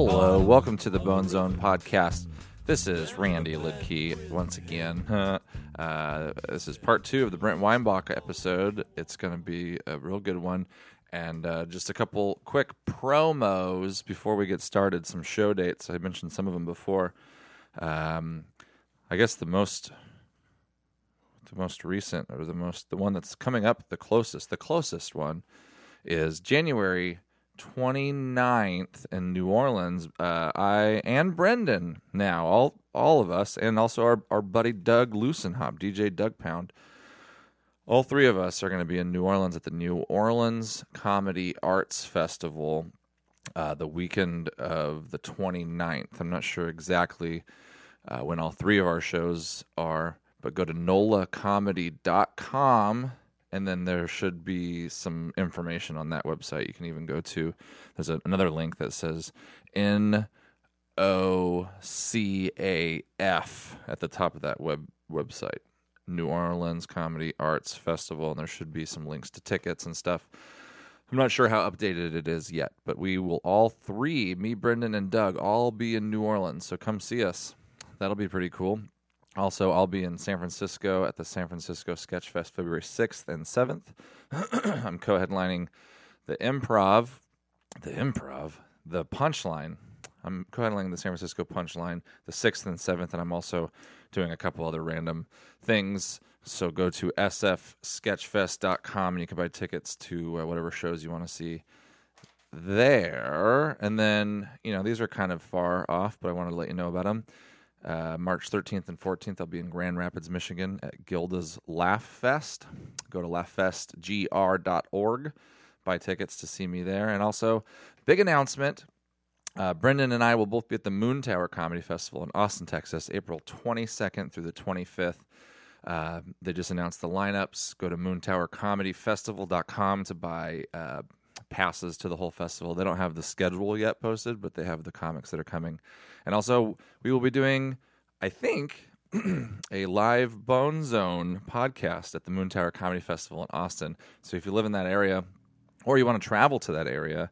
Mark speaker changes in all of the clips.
Speaker 1: welcome to the Bone Zone podcast. This is Randy Lidkey once again. Uh, this is part two of the Brent Weinbach episode. It's going to be a real good one. And uh, just a couple quick promos before we get started. Some show dates. I mentioned some of them before. Um, I guess the most the most recent or the most the one that's coming up the closest the closest one is january 29th in new orleans uh, i and brendan now all all of us and also our, our buddy doug lucenhop dj doug pound all three of us are going to be in new orleans at the new orleans comedy arts festival uh, the weekend of the 29th i'm not sure exactly uh, when all three of our shows are. But go to nolacomedy.com and then there should be some information on that website. You can even go to, there's a, another link that says N O C A F at the top of that web website. New Orleans Comedy Arts Festival, and there should be some links to tickets and stuff. I'm not sure how updated it is yet, but we will all three, me, Brendan, and Doug, all be in New Orleans. So come see us. That'll be pretty cool. Also, I'll be in San Francisco at the San Francisco Sketch Fest February 6th and 7th. I'm co headlining the improv, the improv, the punchline. I'm co headlining the San Francisco punchline the 6th and 7th, and I'm also doing a couple other random things. So go to sfsketchfest.com and you can buy tickets to uh, whatever shows you want to see there. And then, you know, these are kind of far off, but I wanted to let you know about them. Uh, March 13th and 14th, I'll be in Grand Rapids, Michigan at Gilda's Laugh Fest. Go to laughfestgr.org, buy tickets to see me there. And also, big announcement uh, Brendan and I will both be at the Moon Tower Comedy Festival in Austin, Texas, April 22nd through the 25th. Uh, they just announced the lineups. Go to moontowercomedyfestival.com to buy uh, passes to the whole festival. They don't have the schedule yet posted, but they have the comics that are coming. And also, we will be doing, I think, a live Bone Zone podcast at the Moon Tower Comedy Festival in Austin. So if you live in that area or you want to travel to that area,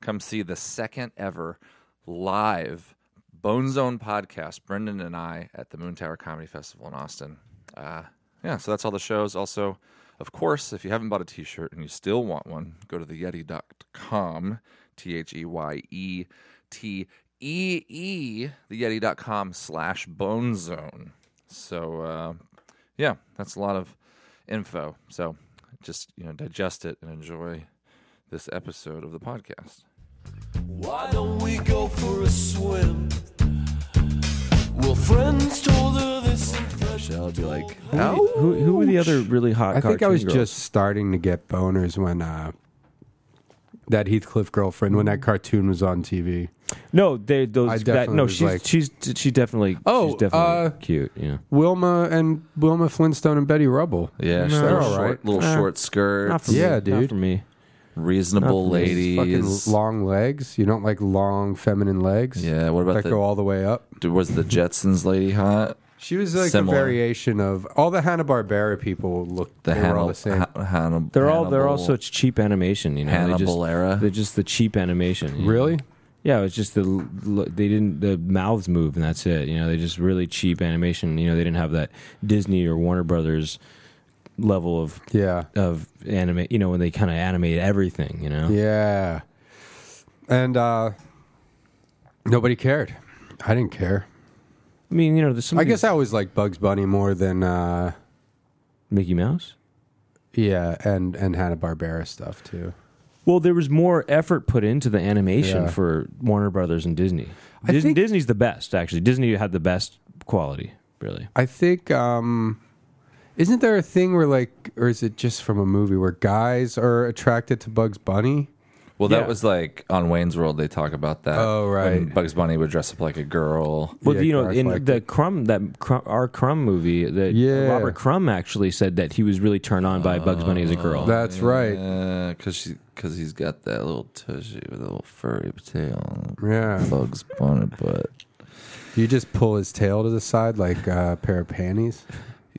Speaker 1: come see the second ever live Bone Zone podcast, Brendan and I at the Moon Tower Comedy Festival in Austin. Uh, yeah, so that's all the shows. Also, of course, if you haven't bought a t shirt and you still want one, go to theyeti.com, T H E Y E T E E, theyeti.com slash bone zone. So, uh, yeah, that's a lot of info. So just, you know, digest it and enjoy this episode of the podcast.
Speaker 2: Why don't we go for a swim? Well, friends told her this
Speaker 1: Michelle would be like,
Speaker 3: Who, who, who were the other really hot?
Speaker 4: I think I was
Speaker 3: cartoon girls?
Speaker 4: just starting to get boners when uh, that Heathcliff girlfriend, when that cartoon was on TV.
Speaker 3: no. They those
Speaker 4: I
Speaker 3: that,
Speaker 4: definitely
Speaker 3: no.
Speaker 4: was
Speaker 3: She's
Speaker 4: like-
Speaker 3: she's she's definitely
Speaker 4: Oh,
Speaker 3: she's definitely
Speaker 4: uh,
Speaker 3: cute. Yeah,
Speaker 4: Wilma and Wilma Flintstone and Betty Rubble.
Speaker 1: yeah, she's a
Speaker 4: they're
Speaker 1: little,
Speaker 4: all
Speaker 1: short,
Speaker 4: right.
Speaker 1: little
Speaker 3: Uh,
Speaker 1: short skirts,
Speaker 3: not for
Speaker 4: yeah,
Speaker 3: me. Not
Speaker 4: dude.
Speaker 3: for me.
Speaker 1: reasonable
Speaker 3: not for me.
Speaker 4: Fucking
Speaker 1: ladies.
Speaker 4: long legs. You don't like long feminine legs
Speaker 1: Yeah, what about
Speaker 4: that go
Speaker 1: the,
Speaker 4: all the way up.
Speaker 1: was the Jetsons lady hot?
Speaker 4: She was like
Speaker 1: Similar.
Speaker 4: a variation of all the Hanna Barbera people looked.
Speaker 1: The
Speaker 4: they were all
Speaker 1: Hannibal,
Speaker 4: the same.
Speaker 1: Ha- Hannibal.
Speaker 3: They're all they're all
Speaker 1: Hannibal-
Speaker 3: such cheap animation. You know, they
Speaker 1: Hannibal
Speaker 3: just,
Speaker 1: era.
Speaker 3: They're just the cheap animation. you know?
Speaker 4: Really?
Speaker 3: Yeah, it's just the l- they didn't the mouths move and that's it. You know, they just really cheap animation. You know, they didn't have that Disney or Warner Brothers level of
Speaker 4: Yeah.
Speaker 3: of anime. You know, when they kind of animate everything. You know,
Speaker 4: Yeah. And uh, nobody cared. I didn't care.
Speaker 3: I mean, you know, there's some.
Speaker 1: Hmm.
Speaker 4: I guess I always liked Bugs Bunny more than. Uh,
Speaker 3: Mickey Mouse.
Speaker 4: Yeah, and and Hanna Barbera stuff too.
Speaker 3: Well, there was more effort put into the animation
Speaker 4: Yeah.
Speaker 3: for Warner Brothers and Disney.
Speaker 4: I
Speaker 3: Dis-
Speaker 4: think-
Speaker 3: Disney's the best, actually. Disney had the best quality, really.
Speaker 4: I think um isn't there a thing where like or is it just from a movie where guys are attracted to Bugs Bunny?
Speaker 1: Well,
Speaker 3: Yeah.
Speaker 1: that was like on Wayne's World. They talk about that.
Speaker 4: Oh, right.
Speaker 1: When Bugs Bunny would dress up like a girl.
Speaker 3: Well,
Speaker 4: Yeah,
Speaker 3: you know,
Speaker 4: Garth
Speaker 3: in
Speaker 4: liked
Speaker 3: the Crumb that Crumb, our Crumb movie, that
Speaker 4: Yeah.
Speaker 3: Robert Crumb actually said that he was really turned on by Bugs Bunny as a
Speaker 1: Oh,
Speaker 3: girl.
Speaker 4: That's right.
Speaker 1: Because Uh, she, because he's got that little tushy with a little furry tail.
Speaker 4: Yeah.
Speaker 1: Bugs Bunny butt.
Speaker 4: uh, You just pull his tail to the side like a pair of panties.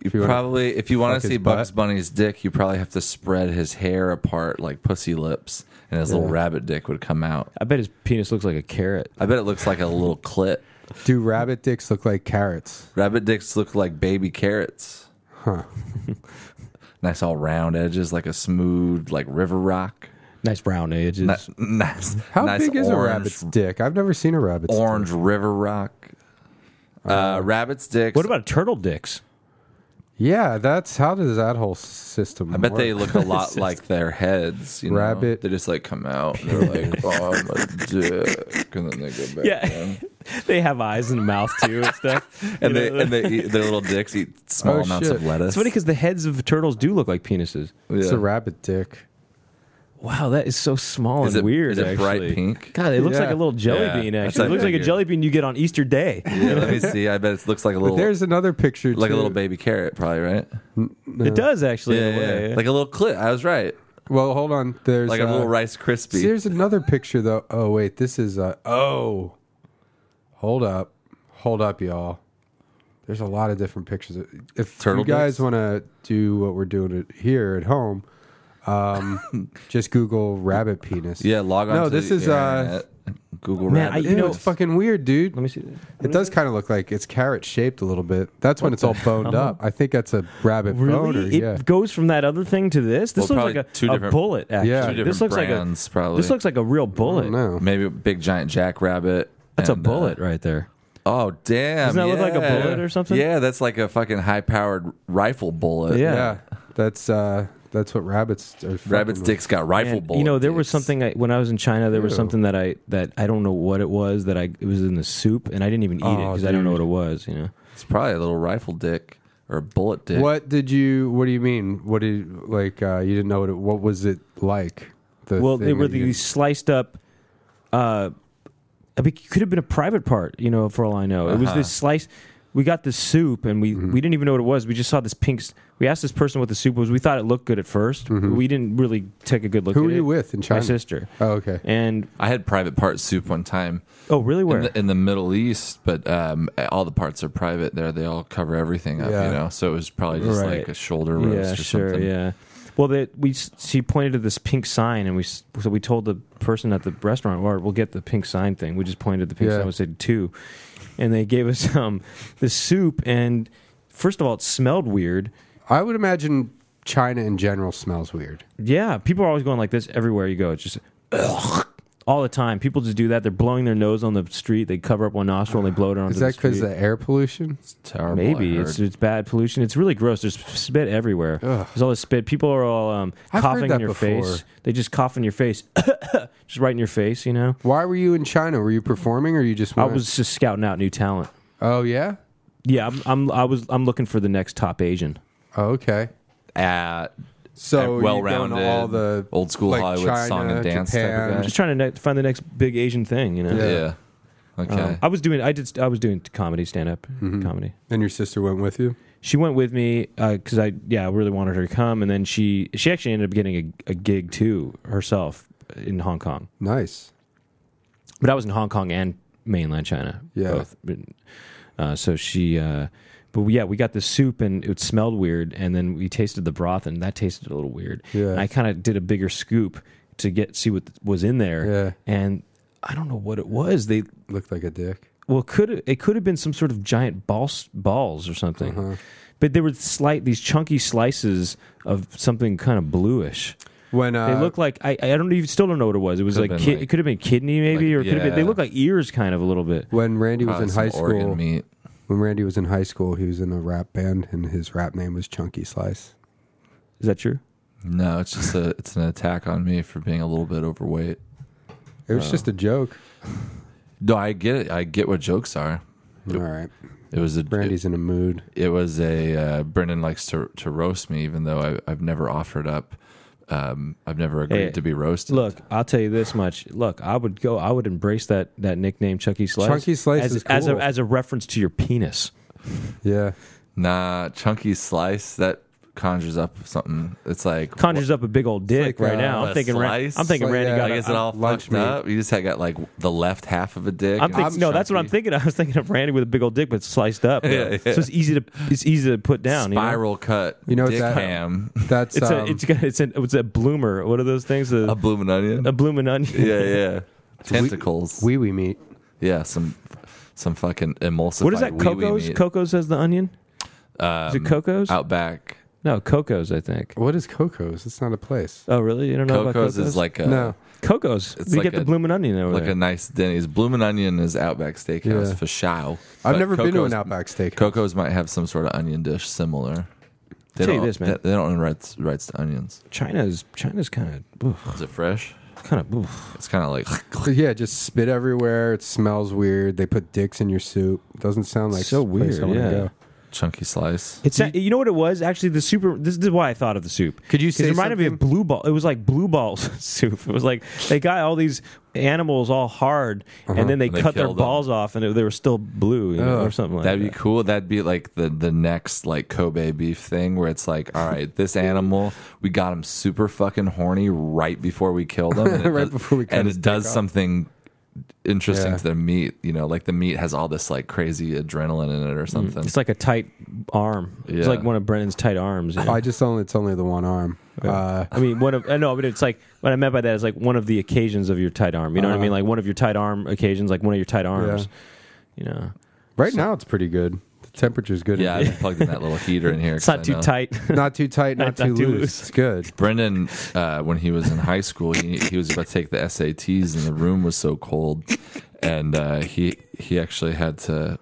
Speaker 1: You
Speaker 4: you wanna
Speaker 1: probably, if you want
Speaker 4: fuck
Speaker 1: to
Speaker 4: his
Speaker 1: see
Speaker 4: butt.
Speaker 1: Bugs Bunny's dick, you probably have to spread his hair apart like pussy lips, and his little rabbit dick would come out.
Speaker 3: I bet his penis looks like a carrot.
Speaker 1: I bet it looks like a little clit.
Speaker 4: Do rabbit dicks look like carrots?
Speaker 1: Rabbit dicks look like baby carrots.
Speaker 4: Huh.
Speaker 1: Nice all round edges, like a smooth like river rock.
Speaker 3: Nice brown edges.
Speaker 1: Ni- nice.
Speaker 4: How
Speaker 1: nice
Speaker 4: big is
Speaker 1: orange,
Speaker 4: a rabbit's dick? I've never seen a rabbit's
Speaker 1: Orange river rock.
Speaker 4: Oh.
Speaker 1: Uh, rabbit's dicks.
Speaker 3: what about turtle dicks?
Speaker 4: dick. Yeah, that's how does that whole s- system
Speaker 1: I bet
Speaker 4: work?
Speaker 1: they look a lot like their heads. You know?
Speaker 4: Rabbit.
Speaker 1: They just like come out and they're like, oh, I'm a dick. And then they go back
Speaker 3: Yeah.
Speaker 1: in.
Speaker 3: they have eyes and mouth too and stuff.
Speaker 1: And,
Speaker 3: You
Speaker 1: they,
Speaker 3: know,
Speaker 1: and they eat, their little dicks eat small
Speaker 4: Oh,
Speaker 1: amounts
Speaker 4: shit.
Speaker 1: of lettuce.
Speaker 3: it's funny because the heads of turtles do look like penises.
Speaker 4: It's
Speaker 1: Yeah.
Speaker 4: a rabbit dick.
Speaker 3: Wow, that is so small
Speaker 1: Is
Speaker 3: and
Speaker 1: it-
Speaker 3: weird.
Speaker 1: is it bright
Speaker 3: actually.
Speaker 1: pink?
Speaker 3: God, it looks like
Speaker 4: Yeah.
Speaker 3: a little jelly
Speaker 1: Yeah,
Speaker 3: bean.
Speaker 1: that's
Speaker 3: Actually, it
Speaker 1: what I
Speaker 3: looks like a
Speaker 1: figured.
Speaker 3: jelly bean you get on Easter Day.
Speaker 1: Yeah, let me see. I bet it looks like a little,
Speaker 4: But there's another picture
Speaker 1: like a
Speaker 4: too.
Speaker 1: little baby carrot, probably right?
Speaker 3: It does actually. in a way.
Speaker 1: like a little clit. I was right.
Speaker 4: Well, hold on. There's
Speaker 1: Like a little
Speaker 4: uh,
Speaker 1: Rice crispy.
Speaker 4: See, there's another picture though. Oh wait, this is uh oh. Hold up. Hold up, y'all. There's a lot of different pictures. If
Speaker 1: Turtle
Speaker 4: you guys
Speaker 1: dicks?
Speaker 4: want to do what we're doing it here at home, um, just Google rabbit penis.
Speaker 1: Yeah, log on.
Speaker 4: No,
Speaker 1: to
Speaker 4: this
Speaker 1: the
Speaker 4: is, uh,
Speaker 1: internet, Google
Speaker 3: Man,
Speaker 1: Rabbit.
Speaker 3: I-
Speaker 4: You know,
Speaker 1: Yes.
Speaker 4: it's fucking weird, dude.
Speaker 3: Let me see. that.
Speaker 4: It does kind of look like it's carrot shaped a little bit. That's when it's all boned up. I think that's a rabbit boner.
Speaker 3: Really, it
Speaker 4: Yeah.
Speaker 3: goes from that other thing to this. This
Speaker 1: Well,
Speaker 3: looks like
Speaker 1: probably
Speaker 3: a,
Speaker 1: two
Speaker 3: a
Speaker 1: different-
Speaker 3: bullet. Actually,
Speaker 4: Yeah.
Speaker 1: Two
Speaker 4: This
Speaker 1: different
Speaker 3: this looks
Speaker 1: brands,
Speaker 3: like a
Speaker 1: probably.
Speaker 3: this looks like a real bullet.
Speaker 4: No.
Speaker 1: maybe a big giant jackrabbit.
Speaker 3: That's a
Speaker 1: and, uh,
Speaker 3: bullet right there.
Speaker 1: Oh damn!
Speaker 3: Doesn't that look like a
Speaker 1: yeah.
Speaker 3: bullet or something?
Speaker 1: Yeah, that's like a fucking high-powered rifle bullet.
Speaker 3: Yeah.
Speaker 4: Yeah. That's uh that's what rabbits are fucking
Speaker 1: rabbit's
Speaker 4: like.
Speaker 1: dicks got rifle
Speaker 3: And,
Speaker 1: bullets.
Speaker 3: you know, there was something I, when I was in China. There was
Speaker 4: Ew.
Speaker 3: something that I that I don't know what it was that I it was in the soup and I didn't even eat it
Speaker 4: Oh,
Speaker 3: because I don't know
Speaker 4: dude.
Speaker 3: what it was. You know,
Speaker 1: It's probably a little rifle dick or a bullet dick.
Speaker 4: What did you? What do you mean? What did like? Uh, you didn't know what? It, what was it like? The
Speaker 3: well, they
Speaker 4: thing
Speaker 3: were
Speaker 4: that you-
Speaker 3: these sliced up. Uh, I mean, it could have been a private part. You know, for all I know, it was
Speaker 4: Uh-huh.
Speaker 3: this slice. We got this soup and
Speaker 4: Mm-hmm.
Speaker 3: we we didn't even know what it was. We just saw this pink. s- We asked this person what the soup was. We thought it looked good at 1st We didn't really take a good look. at
Speaker 4: Mm-hmm. Who were
Speaker 3: it.
Speaker 4: you with in
Speaker 3: My
Speaker 4: China?
Speaker 3: sister.
Speaker 4: Oh, okay.
Speaker 3: And
Speaker 1: I had private part soup one time
Speaker 3: oh, really? Where?
Speaker 1: in the, in the Middle East, but um, all the parts are private there. They all cover everything up,
Speaker 4: Yeah.
Speaker 1: you know. So it was probably just
Speaker 3: Right.
Speaker 1: like a shoulder roast
Speaker 3: yeah,
Speaker 1: or
Speaker 3: sure,
Speaker 1: something.
Speaker 3: yeah. Well, they, we s- she pointed to this pink sign, and we s- so we told the person at the restaurant, "Well, we'll get the pink sign thing." We just pointed at the pink
Speaker 4: Yeah.
Speaker 3: sign and said two, and they gave us um the soup. And first of all, it smelled weird.
Speaker 4: I would imagine China in general smells weird.
Speaker 3: Yeah, people are always going like this everywhere you go. It's just "Ugh," all the time. People just do that. They're blowing their nose on the street. They cover up one nostril and they blow it on.
Speaker 4: Is that because the air pollution?
Speaker 1: It's terrible.
Speaker 3: Maybe
Speaker 1: I
Speaker 3: it's
Speaker 1: heard.
Speaker 3: it's bad pollution. It's really gross. There's spit everywhere.
Speaker 4: Ugh.
Speaker 3: There's all this spit. People are all um,
Speaker 4: I've heard
Speaker 3: coughing in
Speaker 4: that
Speaker 3: your
Speaker 4: before.
Speaker 3: face. They just cough in your face, just right in your face. You know.
Speaker 4: Why were you in China? Were you performing or you just?
Speaker 3: I
Speaker 4: went?
Speaker 3: was just scouting out new talent.
Speaker 4: Oh yeah.
Speaker 3: Yeah, I'm, I'm. I was. I'm looking for the next top Asian.
Speaker 4: Oh, okay.
Speaker 2: Uh,
Speaker 1: at
Speaker 4: So
Speaker 1: at well-rounded,
Speaker 4: you all the
Speaker 1: old school
Speaker 4: like
Speaker 1: Hollywood
Speaker 4: China,
Speaker 1: song and dance type of
Speaker 4: Japan.
Speaker 1: guy.
Speaker 3: I'm just trying to ne- find the next big Asian thing. You know.
Speaker 4: Yeah.
Speaker 1: yeah. Okay.
Speaker 3: Um, I was doing. I did. I was doing comedy, stand up
Speaker 4: Mm-hmm.
Speaker 3: comedy.
Speaker 4: And your sister went with you.
Speaker 3: She went with me because I. Yeah, I really wanted her to come, and then she. She actually ended up getting a, a gig too herself in Hong Kong.
Speaker 4: Nice.
Speaker 3: but I was in Hong Kong and mainland China.
Speaker 4: Yeah.
Speaker 3: Both. But, uh, so she, uh, but we- yeah, we got the soup and it smelled weird, and then we tasted the broth and that tasted a little weird.
Speaker 4: Yeah.
Speaker 3: And I kind of did a bigger scoop to get see what was in there.
Speaker 4: Yeah.
Speaker 3: And I don't know what it was. They
Speaker 4: Looked like a dick.
Speaker 3: well, could it could have been some sort of giant balls balls or something.
Speaker 4: Uh-huh.
Speaker 3: But there were slight these chunky slices of something kind of bluish.
Speaker 4: When uh,
Speaker 3: They look like I, I don't even still don't know what it was. It was
Speaker 1: Could've
Speaker 3: like,
Speaker 1: been
Speaker 3: ki-
Speaker 1: like-
Speaker 3: it could have been kidney maybe
Speaker 1: like-
Speaker 3: or it could have been, they
Speaker 1: yeah.
Speaker 3: look like ears kind of a little bit.
Speaker 4: when Randy was
Speaker 1: Probably
Speaker 4: in
Speaker 1: some
Speaker 4: high school.
Speaker 1: Oregon meat.
Speaker 4: When Randy was in high school, he was in a rap band, and his rap name was Chunky Slice.
Speaker 3: Is that true?
Speaker 1: No, it's just a it's an attack on me for being a little bit overweight.
Speaker 4: It was just a joke.
Speaker 1: No, I get it. I get what jokes are.
Speaker 4: All right,
Speaker 1: It was a
Speaker 4: Brandy's in a mood.
Speaker 1: it was a uh, Brendan likes to to roast me, even though I, I've never offered up. Um, I've never agreed
Speaker 3: Hey,
Speaker 1: to be roasted.
Speaker 3: Look, I'll tell you this much. Look, I would go. I would embrace that that nickname, Chucky Slice.
Speaker 4: Chucky Slice
Speaker 3: as,
Speaker 4: is
Speaker 3: as a
Speaker 4: cool.
Speaker 3: as a reference to your penis.
Speaker 4: Yeah,
Speaker 1: Nah, chunky slice. That
Speaker 2: conjures up something. It's like
Speaker 3: Conjures up a big old dick
Speaker 4: like,
Speaker 3: right
Speaker 4: uh,
Speaker 3: now. I'm
Speaker 2: a
Speaker 3: thinking. Ran-
Speaker 2: slice?
Speaker 3: I'm thinking
Speaker 4: Like,
Speaker 3: Randy
Speaker 4: yeah,
Speaker 3: got.
Speaker 4: I
Speaker 2: Like,
Speaker 3: a-
Speaker 2: is it
Speaker 4: uh,
Speaker 2: all
Speaker 4: lunch
Speaker 2: fucked
Speaker 4: meat.
Speaker 2: up? You just had got like the left half of a dick.
Speaker 3: I'm
Speaker 2: and
Speaker 3: thinking,
Speaker 2: it's
Speaker 3: no, that's what I'm
Speaker 2: chunky.
Speaker 3: thinking. I was thinking of Randy with a big old dick, but sliced up.
Speaker 2: Yeah, yeah.
Speaker 3: So it's easy to it's easy to put down. you know?
Speaker 2: Spiral cut.
Speaker 4: You know what
Speaker 2: dick
Speaker 4: that-
Speaker 2: ham.
Speaker 4: That's
Speaker 3: It's
Speaker 4: um,
Speaker 3: a it's got it's a it's a bloomer. What are those things? A,
Speaker 2: a
Speaker 3: a,
Speaker 2: blooming onion.
Speaker 3: blooming onion.
Speaker 2: yeah, yeah. Tentacles.
Speaker 4: wee wee meat.
Speaker 2: yeah, some some fucking emulsified.
Speaker 3: What is that?
Speaker 2: wee-wee
Speaker 3: Coco's.
Speaker 2: meat.
Speaker 3: Coco's has the onion. is it
Speaker 2: Um,
Speaker 3: Coco's?
Speaker 2: Outback.
Speaker 3: No, Coco's. I think.
Speaker 4: What is Coco's? It's not a place.
Speaker 3: Oh, really? You don't know about
Speaker 2: Coco's
Speaker 3: Coco's?
Speaker 2: is like a
Speaker 4: no,
Speaker 3: Coco's.
Speaker 2: It's
Speaker 3: you
Speaker 2: like
Speaker 3: get the
Speaker 2: a-
Speaker 3: blooming onion over
Speaker 2: like
Speaker 3: there.
Speaker 2: a nice Denny's. Bloomin' Onion is Outback Steakhouse
Speaker 4: Yeah.
Speaker 2: for show.
Speaker 4: I've
Speaker 2: But
Speaker 4: never been to an
Speaker 2: Coco's-
Speaker 4: Outback Steak.
Speaker 2: Coco's might have some sort of onion dish similar. They
Speaker 3: Tell you
Speaker 2: don't,
Speaker 3: this, man.
Speaker 2: They, they don't own rights, rights to onions.
Speaker 3: China's China's kind of
Speaker 2: Is it fresh?
Speaker 3: kind of.
Speaker 2: It's kind of like
Speaker 4: yeah, just spit everywhere. It smells weird. They put dicks in your soup. Doesn't sound like
Speaker 3: So
Speaker 4: a place
Speaker 3: weird,
Speaker 4: I wanna
Speaker 3: yeah.
Speaker 4: go.
Speaker 2: chunky slice.
Speaker 3: It's you, know what it was actually the super. This is why I thought of the soup.
Speaker 4: Could you
Speaker 3: 'Cause
Speaker 4: say
Speaker 3: it reminded me of
Speaker 4: something?
Speaker 3: blue ball? It was like blue balls soup. It was like they got all these animals all hard, and then they
Speaker 2: Uh-huh. And they
Speaker 3: cut their
Speaker 2: killed them.
Speaker 3: balls off, and it, they were still blue you know, or something like
Speaker 2: That'd be
Speaker 3: that.
Speaker 2: cool. That'd be like the the next like Kobe beef thing where it's like, all right, this animal, we got him super fucking horny right before we killed him, and it,
Speaker 4: Right
Speaker 2: does,
Speaker 4: before we cut
Speaker 2: and
Speaker 4: his
Speaker 2: it does
Speaker 4: dick off.
Speaker 2: something interesting
Speaker 4: Yeah.
Speaker 2: to the meat. You know, like the meat has all this like crazy adrenaline in it
Speaker 4: Mm.
Speaker 2: or something.
Speaker 3: It's like a tight arm.
Speaker 2: Yeah.
Speaker 3: It's like one of Brennan's tight arms. you know?
Speaker 4: I just only it's only the one arm. Uh,
Speaker 3: I mean, one of I know, but it's like what I meant by that is like one of the occasions of your tight arm. You know what I mean?
Speaker 4: Uh-huh.
Speaker 3: Like one of your tight arm occasions, like one of your tight arms. You know,
Speaker 4: right now it's pretty good. The temperature's good. in
Speaker 2: yeah, I
Speaker 4: here.
Speaker 2: just plugged in that little heater in here.
Speaker 3: it's
Speaker 2: 'cause
Speaker 3: not
Speaker 2: I
Speaker 3: too
Speaker 2: know-
Speaker 3: tight.
Speaker 4: not too tight, not, too, loose. It's good.
Speaker 2: Brendan, uh, when he was in high school, he, he was about to take the SATs, and the room was so cold, and uh, he he actually had to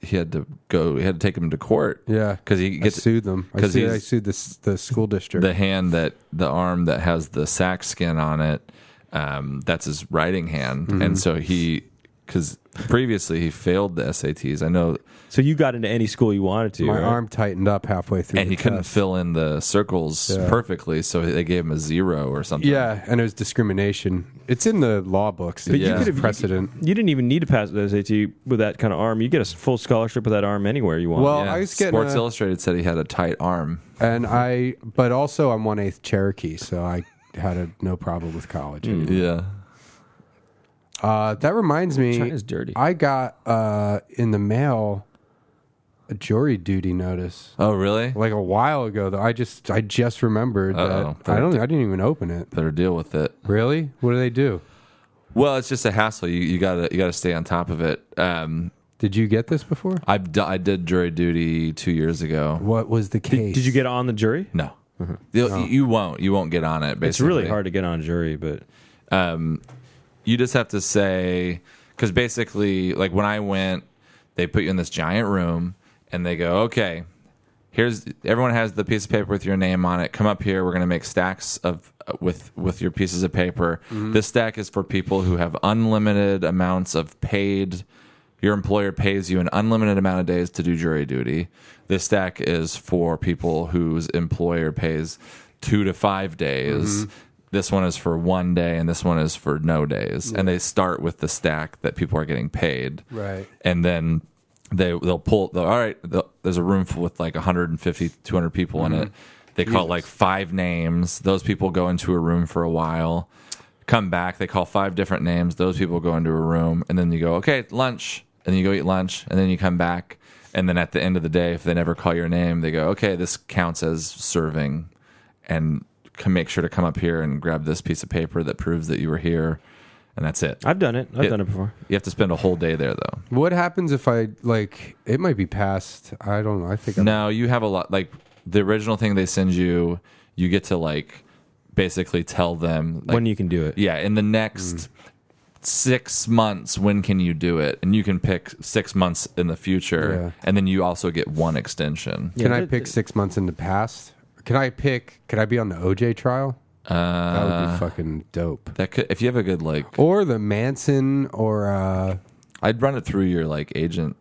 Speaker 2: he had to go he had to take him to court.
Speaker 4: Yeah,
Speaker 2: because he
Speaker 4: I
Speaker 2: gets
Speaker 4: sued them. I
Speaker 2: 'cause
Speaker 4: sued,
Speaker 2: he's-
Speaker 4: I sued the the school district.
Speaker 2: the hand that the arm that has the sack skin on it um, that's his writing hand
Speaker 4: Mm-hmm.
Speaker 2: and so he because previously he failed the sats i know
Speaker 3: so you got into any school you wanted to.
Speaker 4: My
Speaker 3: right?
Speaker 4: arm tightened up halfway through.
Speaker 2: and
Speaker 4: the
Speaker 2: he couldn't
Speaker 4: test.
Speaker 2: fill in the circles
Speaker 4: Yeah.
Speaker 2: perfectly so they gave him a zero or something
Speaker 4: Yeah, and it was discrimination. It's in the law books. But
Speaker 2: you
Speaker 4: yeah.
Speaker 2: could
Speaker 3: have-
Speaker 4: precedent.
Speaker 3: You didn't even need to pass the SAT with that kind of arm. You get a s- full scholarship with that arm anywhere you want.
Speaker 4: Well,
Speaker 2: Yeah.
Speaker 4: Oh, I was getting
Speaker 2: sports
Speaker 4: a-
Speaker 2: illustrated said he had a tight arm
Speaker 4: and I, but also I'm one eighth Cherokee, so I had a, no problem with college.
Speaker 2: yeah
Speaker 4: Uh, that reminds me,
Speaker 3: China's dirty.
Speaker 4: I got uh, in the mail a jury duty notice
Speaker 2: oh really
Speaker 4: like a while ago. Though I just, I just remembered
Speaker 2: Uh-oh.
Speaker 4: that I don't, I didn't even open it.
Speaker 2: better deal with it
Speaker 4: Really? What do they do?
Speaker 2: well it's just a hassle you, you gotta you gotta stay on top of it um
Speaker 4: Did you get this before?
Speaker 2: I've d- i did jury duty two years ago
Speaker 4: What was the case?
Speaker 3: Did you get on the jury?
Speaker 2: No. You- You won't. You won't get on it. Basically,
Speaker 3: Mm-hmm. It's really hard to get on jury, but
Speaker 2: You just have to say because basically, like when I went, they put you in this giant room and they go, "Okay, here's everyone has the piece of paper with your name on it. Come up here. We're going to make stacks of with with your pieces of paper. This stack is for people who have unlimited amounts of paid." Your employer pays you an unlimited amount of days to do jury duty. This stack is for people whose employer pays two to five days. This one is for one day, and this one is for no days. And they start with the stack that people are getting paid
Speaker 4: Right.
Speaker 2: and then they they'll pull they'll, all right they'll- there's a room full with like 150 200 people in it they call like five names those people go into a room for a while come back they call five different names those people go into a room and then you go okay lunch and then you go eat lunch and then you come back and then at the end of the day if they never call your name they go okay this counts as serving and can make sure to come up here and grab this piece of paper that proves that you were here and that's it
Speaker 3: I've done it. I've
Speaker 2: It-
Speaker 3: done it before.
Speaker 2: you have to spend a whole day there though
Speaker 4: What happens if I like? It might be past. I don't know. I think. I'm,
Speaker 2: No, you have a lot. Like the original thing they send you, you get to like basically tell them like,
Speaker 3: when you can do it.
Speaker 2: yeah, in the next
Speaker 4: Mm.
Speaker 2: six months, when can you do it? And you can pick six months in the future,
Speaker 4: Yeah.
Speaker 2: and then you also get one extension.
Speaker 4: Can
Speaker 3: Yeah,
Speaker 4: I
Speaker 3: but-
Speaker 4: pick six months in the past? Can I pick? Could I be on the OJ trial? That
Speaker 2: Uh,
Speaker 4: would be fucking dope.
Speaker 2: that could, if you have a good like,
Speaker 4: Or the Manson, or uh,
Speaker 2: I'd run it through your like agent.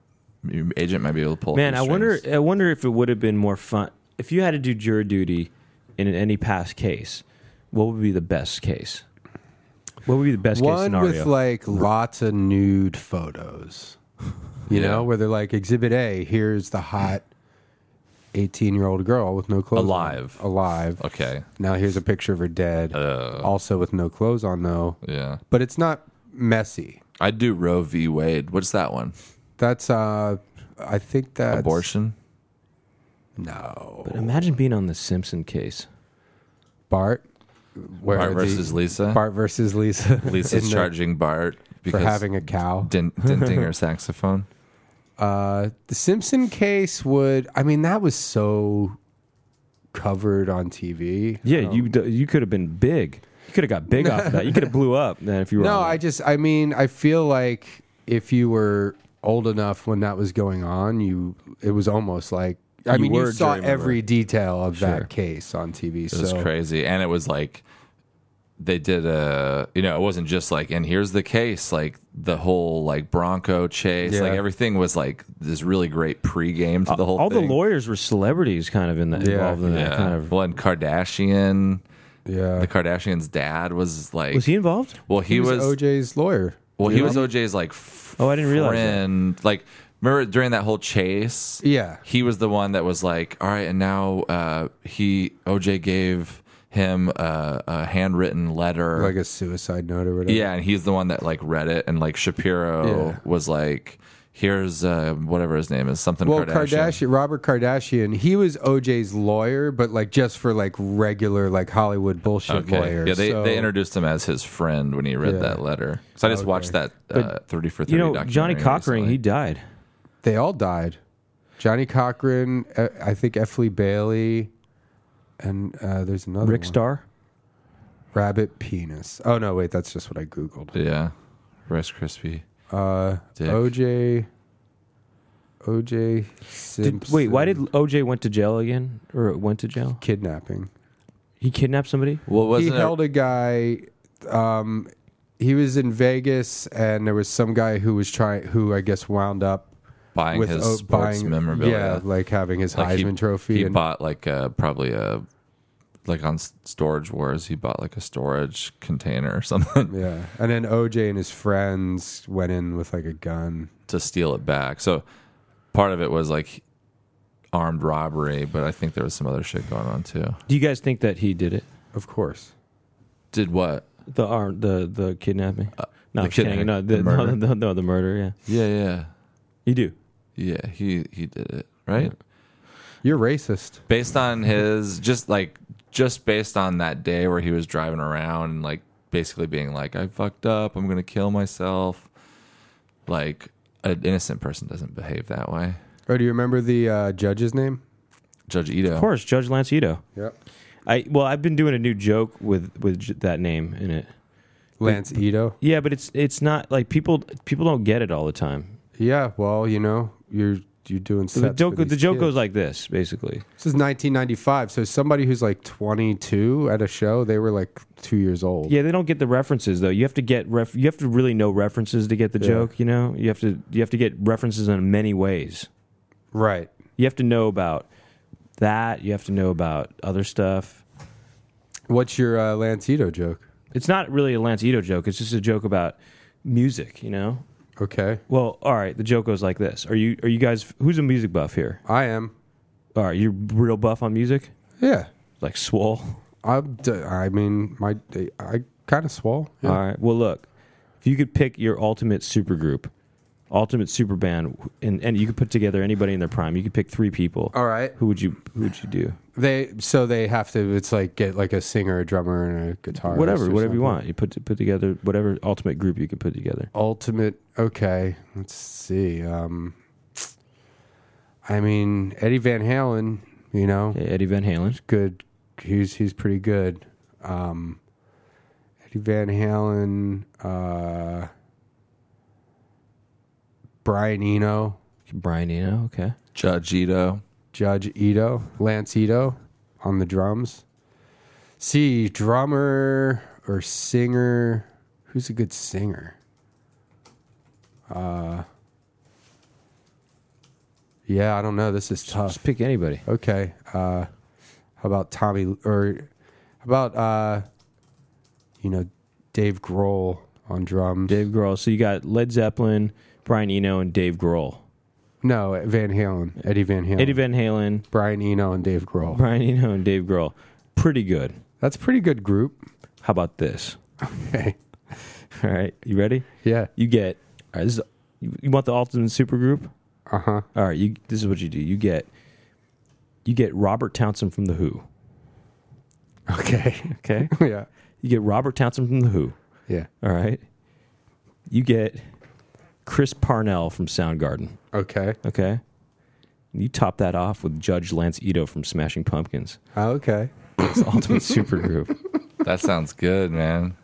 Speaker 2: Your agent might be able to pull. a
Speaker 3: Man,
Speaker 2: few
Speaker 3: I wonder.
Speaker 2: strings.
Speaker 3: I wonder if it would have been more fun if you had to do jury duty in any past case. What would be the best case? What would be the best case
Speaker 4: one
Speaker 3: scenario?
Speaker 4: with like lots of nude photos. You
Speaker 2: Yeah.
Speaker 4: know, where they're like, Exhibit A, here's the hot 18 year old girl with no clothes on.
Speaker 2: Alive.
Speaker 4: Alive.
Speaker 2: Okay.
Speaker 4: Now here's a picture of her dead,
Speaker 2: Uh.
Speaker 4: also with no clothes on, though.
Speaker 2: Yeah.
Speaker 4: But it's not messy.
Speaker 2: I do Roe v. Wade. What's that one?
Speaker 4: That's, uh, I think that's.
Speaker 2: Abortion.
Speaker 4: No.
Speaker 3: But imagine being on the Simpson case.
Speaker 4: Bart. Where
Speaker 2: Bart
Speaker 4: the-
Speaker 2: versus Lisa.
Speaker 4: Bart versus Lisa. in
Speaker 2: Lisa's
Speaker 4: the-
Speaker 2: charging Bart
Speaker 4: for
Speaker 2: because
Speaker 4: having a cow.
Speaker 2: din- denting her saxophone.
Speaker 4: Uh, the Simpson case would. I mean, that was so covered on TV.
Speaker 3: Yeah, you d- you could have been big. You could have got big off of that. You could have blew up then if you were.
Speaker 4: No,
Speaker 3: on
Speaker 4: I
Speaker 3: that.
Speaker 4: just. I mean, I feel like if you were old enough when that was going on, you. It was almost like. I
Speaker 3: You
Speaker 4: mean, you
Speaker 3: were a
Speaker 4: saw
Speaker 3: jury member.
Speaker 4: every detail of
Speaker 3: Sure.
Speaker 4: that case on TV.
Speaker 2: It was
Speaker 4: so
Speaker 2: crazy. And it was like they did a you know, it wasn't just like and here's the case, like the whole like Bronco chase,
Speaker 4: Yeah.
Speaker 2: like everything was like this really great pregame to the whole
Speaker 3: Uh, all
Speaker 2: thing.
Speaker 3: the lawyers were celebrities, kind of in that
Speaker 4: Yeah,
Speaker 3: involved in that
Speaker 2: yeah.
Speaker 3: kind of.
Speaker 2: well and Kardashian
Speaker 4: yeah,
Speaker 2: the Kardashian's dad was like
Speaker 3: Was he involved?
Speaker 2: well he,
Speaker 4: he
Speaker 2: was,
Speaker 4: was, OJ's lawyer.
Speaker 2: well
Speaker 4: you
Speaker 2: he
Speaker 4: know?
Speaker 2: was OJ's like f-
Speaker 3: Oh, I didn't realize that.
Speaker 2: friend like remember during that whole chase
Speaker 4: Yeah.
Speaker 2: he was the one that was like, all right, and now uh, he OJ gave him a, a handwritten letter,
Speaker 4: like a suicide note or whatever.
Speaker 2: yeah, and he's the one that like read it, and like Shapiro
Speaker 4: Yeah.
Speaker 2: was like, here's uh, whatever his name is, something
Speaker 4: Well,
Speaker 2: Kardashian.
Speaker 4: Kardashian. Robert Kardashian, he was OJ's lawyer, but like just for like regular like Hollywood bullshit
Speaker 2: Okay.
Speaker 4: lawyer.
Speaker 2: yeah, they,
Speaker 4: So-
Speaker 2: they introduced him as his friend when he read
Speaker 4: Yeah.
Speaker 2: that letter. So I just watched that uh, thirty for thirty.
Speaker 3: You know, Johnny
Speaker 2: documentary
Speaker 3: Cochran, he
Speaker 2: recently.
Speaker 3: died.
Speaker 4: they all died. Johnny Cochran, uh, I think Effley Bailey, and uh, there's another
Speaker 3: Rick
Speaker 4: one.
Speaker 3: Starr.
Speaker 4: Rabbit penis. Oh no, wait, that's just what I googled.
Speaker 2: yeah, Rice Krispie.
Speaker 4: Uh,
Speaker 2: Dick.
Speaker 4: OJ. OJ Simpson.
Speaker 3: Did, wait, why did OJ went to jail again or went to jail?
Speaker 4: kidnapping?
Speaker 3: He kidnapped somebody.
Speaker 2: Well, wasn't
Speaker 4: he
Speaker 2: it-
Speaker 4: held a guy. Um, he was in Vegas, and there was some guy who was trying, who I guess wound up
Speaker 2: buying
Speaker 4: with
Speaker 2: his
Speaker 4: oh,
Speaker 2: sports
Speaker 4: buying-
Speaker 2: memorabilia?
Speaker 4: Yeah, like having his
Speaker 2: Like,
Speaker 4: Heisman
Speaker 2: he,
Speaker 4: trophy.
Speaker 2: He
Speaker 4: and,
Speaker 2: bought like a probably a like on S- Storage Wars. He bought like a storage container or something
Speaker 4: yeah, and then OJ and his friends went in with like a gun.
Speaker 2: to steal it back. So part of it was like armed robbery, but I think there was some other shit going on too.
Speaker 3: Do you guys think that he did it?
Speaker 4: Of course,
Speaker 2: Did what?
Speaker 3: The arm, the the kidnapping. no,
Speaker 2: the
Speaker 3: I'm just kidding.
Speaker 2: kidnapping,
Speaker 3: No,
Speaker 2: the
Speaker 3: the, no,
Speaker 2: murder.
Speaker 3: no, no, the murder. Yeah,
Speaker 2: Yeah, yeah,
Speaker 3: you do.
Speaker 2: yeah. He he did it right
Speaker 4: you're racist.
Speaker 2: based on his just like just based on that day where he was driving around and like basically being like I fucked up. I'm gonna kill myself. Like an innocent person doesn't behave that way.
Speaker 4: Oh, do you remember the uh, judge's name?
Speaker 2: Judge Ito.
Speaker 3: Of course, Judge Lance Ito.
Speaker 4: Yep,
Speaker 3: I well, I've been doing a new joke with with j- that name in it.
Speaker 4: Lance Ito.
Speaker 3: Yeah, but it's it's not like people people don't get it all the time.
Speaker 4: Yeah, well, you know, you're you're doing
Speaker 3: The
Speaker 4: sets
Speaker 3: joke
Speaker 4: for
Speaker 3: the
Speaker 4: these
Speaker 3: joke
Speaker 4: kids.
Speaker 3: goes like this, basically.
Speaker 4: This is 1995, so somebody who's like 22 at a show, they were like two years old.
Speaker 3: Yeah, they don't get the references though. You have to get ref. You have to really know references to get the
Speaker 4: Yeah.
Speaker 3: joke. You know, you have to you have to get references in many ways.
Speaker 4: Right.
Speaker 3: You have to know about that. You have to know about other stuff.
Speaker 4: What's your uh, Lancito joke?
Speaker 3: It's not really a Lance Ito joke. It's just a joke about music. You know.
Speaker 4: Okay,
Speaker 3: Well, all right. The joke goes like this: Are you are you guys who's a music buff here?
Speaker 4: I am.
Speaker 3: All right, you're real buff on music,
Speaker 4: Yeah,
Speaker 3: like swole.
Speaker 4: I'm. D- I mean, my I kind of swole. Yeah.
Speaker 3: All right. Well, look, if you could pick your ultimate supergroup, ultimate super band, and, and you could put together anybody in their prime, you could pick three people.
Speaker 4: All right.
Speaker 3: Who would you Who would you do?
Speaker 4: They so they have to. It's like get like a singer, a drummer, and a guitar.
Speaker 3: whatever, whatever you want. You put put together whatever ultimate group you could put together.
Speaker 4: Ultimate. Okay, let's see. Um, I mean Eddie Van Halen. You know,
Speaker 3: Okay, Eddie Van Halen.
Speaker 4: good. He's he's pretty good. Um, Eddie Van Halen. Uh, Brian Eno.
Speaker 3: Brian Eno. Okay.
Speaker 2: Judge Ito.
Speaker 4: Judge Ito, Lance Ito on the drums. See, drummer or singer. Who's a good singer? Uh, yeah, I don't know. This is tough.
Speaker 3: Just pick anybody.
Speaker 4: Okay. Uh, how about Tommy or how about uh, you know Dave Grohl on drums?
Speaker 3: Dave Grohl. So you got Led Zeppelin, Brian Eno, and Dave Grohl.
Speaker 4: No, Van Halen, Eddie Van Halen,
Speaker 3: Eddie Van Halen,
Speaker 4: Brian Eno, and Dave Grohl.
Speaker 3: Brian Eno, and Dave Grohl. Pretty good.
Speaker 4: That's a pretty good group.
Speaker 3: How about this?
Speaker 4: Hey,
Speaker 3: All right, you ready?
Speaker 4: yeah,
Speaker 3: You get. All right, this is, you, you want the ultimate supergroup?
Speaker 4: uh huh.
Speaker 3: All right, you. This is what you do. You get. You get Robert Townsend from the Who.
Speaker 4: Okay,
Speaker 3: Okay.
Speaker 4: yeah,
Speaker 3: you get Robert Townsend from the Who.
Speaker 4: yeah,
Speaker 3: All right. You get Chris Parnell from Soundgarden.
Speaker 4: okay,
Speaker 3: Okay. You top that off with Judge Lance Ito from Smashing Pumpkins.
Speaker 4: Ah, okay.
Speaker 3: It's the ultimate supergroup.
Speaker 2: That sounds good, man.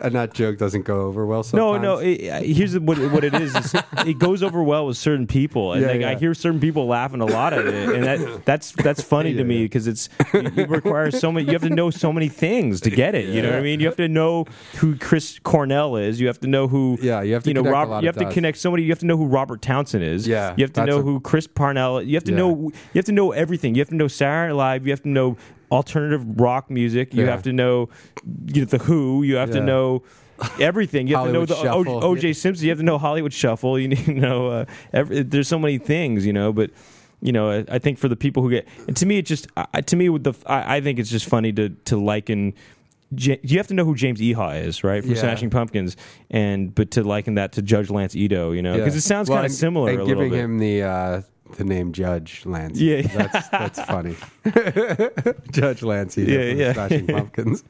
Speaker 4: And Uh, that joke doesn't go over well.
Speaker 3: No,
Speaker 4: Sometimes.
Speaker 3: no. It, uh, here's what what it is, is. It goes over well with certain people, and
Speaker 4: Yeah,
Speaker 3: like, I
Speaker 4: yeah.
Speaker 3: hear certain people laughing a lot at it, and that that's that's funny to me because it's it, it requires so many. You have to know so many things to get it. You know what I mean? You have to know who Chris Cornell is. You have to know who.
Speaker 4: Yeah, you have to
Speaker 3: know
Speaker 4: connect a
Speaker 3: Robert.
Speaker 4: lot
Speaker 3: You
Speaker 4: of
Speaker 3: have to
Speaker 4: dots.
Speaker 3: connect somebody. You have to know who Robert Townsend is.
Speaker 4: Yeah,
Speaker 3: You have to
Speaker 4: that's
Speaker 3: know
Speaker 4: a-
Speaker 3: who Chris Parnell. You have to
Speaker 4: Yeah.
Speaker 3: know. You have to know everything. You have to know Saturday Night Live. You have to know alternative rock music. You
Speaker 4: Yeah.
Speaker 3: have to know you know, the Who. You have to
Speaker 4: Yeah.
Speaker 3: know everything. You have
Speaker 4: Hollywood
Speaker 3: to know the
Speaker 4: Shuffle.
Speaker 3: O- OJ Simpson. You have to know Hollywood Shuffle. You need to know. Uh, every, there's so many things, you know. But you know, I, I think for the people who get, and to me, it just I, to me with the I, I think it's just funny to to liken. Ja- You have to know who James Eha is, right? From
Speaker 4: Yeah.
Speaker 3: Smashing Pumpkins, and but to liken that to Judge Lance Ito, you know,
Speaker 4: Yeah.
Speaker 3: because it sounds
Speaker 4: Well,
Speaker 3: kind of
Speaker 4: and-
Speaker 3: similar
Speaker 4: And
Speaker 3: a little
Speaker 4: giving
Speaker 3: bit.
Speaker 4: him the uh, the name Judge Lance.
Speaker 3: Yeah.
Speaker 4: that's that's funny. Judge Lance. Eater
Speaker 3: Yeah,
Speaker 4: from
Speaker 3: yeah.
Speaker 4: Smashing Pumpkins.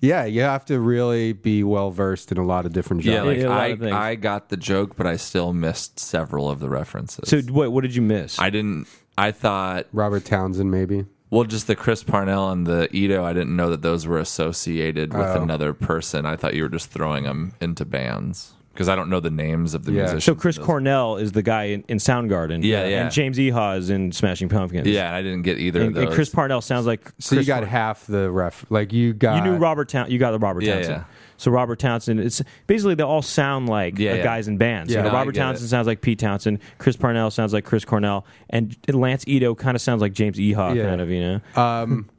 Speaker 4: Yeah, you have to really be well versed in a lot of different
Speaker 2: Yeah,
Speaker 4: genres.
Speaker 2: like
Speaker 3: yeah, a lot of things.
Speaker 2: I, I got the joke, but I still missed several of the references.
Speaker 3: so what? What did you miss?
Speaker 2: I didn't. I thought
Speaker 4: Robert Townsend, maybe.
Speaker 2: Well, just the Chris Parnell and the Ito, I didn't know that those were associated with
Speaker 4: Oh.
Speaker 2: another person. I thought you were just throwing them into bands because I don't know the names of the
Speaker 4: Yeah.
Speaker 2: musicians.
Speaker 3: so Chris
Speaker 2: Those-
Speaker 3: Cornell is the guy in, in Soundgarden,
Speaker 2: Yeah, yeah.
Speaker 3: and James Eha is in Smashing Pumpkins,
Speaker 2: Yeah, and I didn't get either
Speaker 3: And,
Speaker 2: of
Speaker 3: and
Speaker 2: those.
Speaker 3: Chris Parnell sounds like
Speaker 4: So
Speaker 3: Chris
Speaker 4: you got
Speaker 3: Parnell.
Speaker 4: half the ref. Like you got.
Speaker 3: you knew Robert Town. You got the Robert
Speaker 2: Yeah,
Speaker 3: Townsend.
Speaker 2: yeah.
Speaker 3: So Robert Townsend. It's basically they all sound like
Speaker 2: Yeah,
Speaker 3: uh,
Speaker 2: yeah.
Speaker 3: guys in bands.
Speaker 4: Yeah,
Speaker 3: you know,
Speaker 2: no, I
Speaker 3: Robert
Speaker 2: get
Speaker 3: Townsend
Speaker 2: it.
Speaker 3: sounds like Pete Townsend. Chris Parnell sounds like Chris Cornell, and Lance Ito kind of sounds like James Eha,
Speaker 4: Yeah.
Speaker 3: kind of you know.
Speaker 4: Um,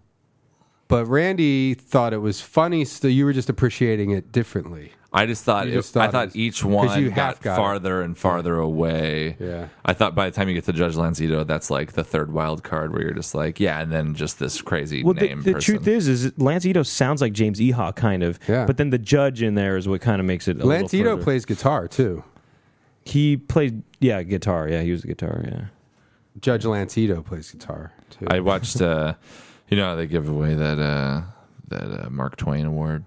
Speaker 4: but Randy thought it was funny, so you were just appreciating it differently.
Speaker 2: I just thought
Speaker 4: You
Speaker 2: it,
Speaker 4: just thought
Speaker 2: I
Speaker 4: it
Speaker 2: thought
Speaker 4: was-
Speaker 2: each
Speaker 4: 'cause
Speaker 2: one
Speaker 4: you
Speaker 2: got,
Speaker 4: half got it.
Speaker 2: farther and farther away.
Speaker 4: Yeah.
Speaker 2: I thought by the time you get to Judge Lanzito, that's like the third wild card where you're just like, yeah, and then just this crazy
Speaker 3: well, the,
Speaker 2: name
Speaker 3: the
Speaker 2: person.
Speaker 3: truth is, is Lance Ito sounds like James Eha, kind of.
Speaker 4: Yeah.
Speaker 3: But then the judge in there is what kind of makes it. A
Speaker 4: Lance
Speaker 3: little
Speaker 4: Ito
Speaker 3: further.
Speaker 4: plays guitar too.
Speaker 3: He played, yeah, guitar. Yeah, he was the guitar. Yeah.
Speaker 4: Judge Lance Ito plays guitar too.
Speaker 2: I watched, uh, you know, how they give away that uh, that uh, Mark Twain award.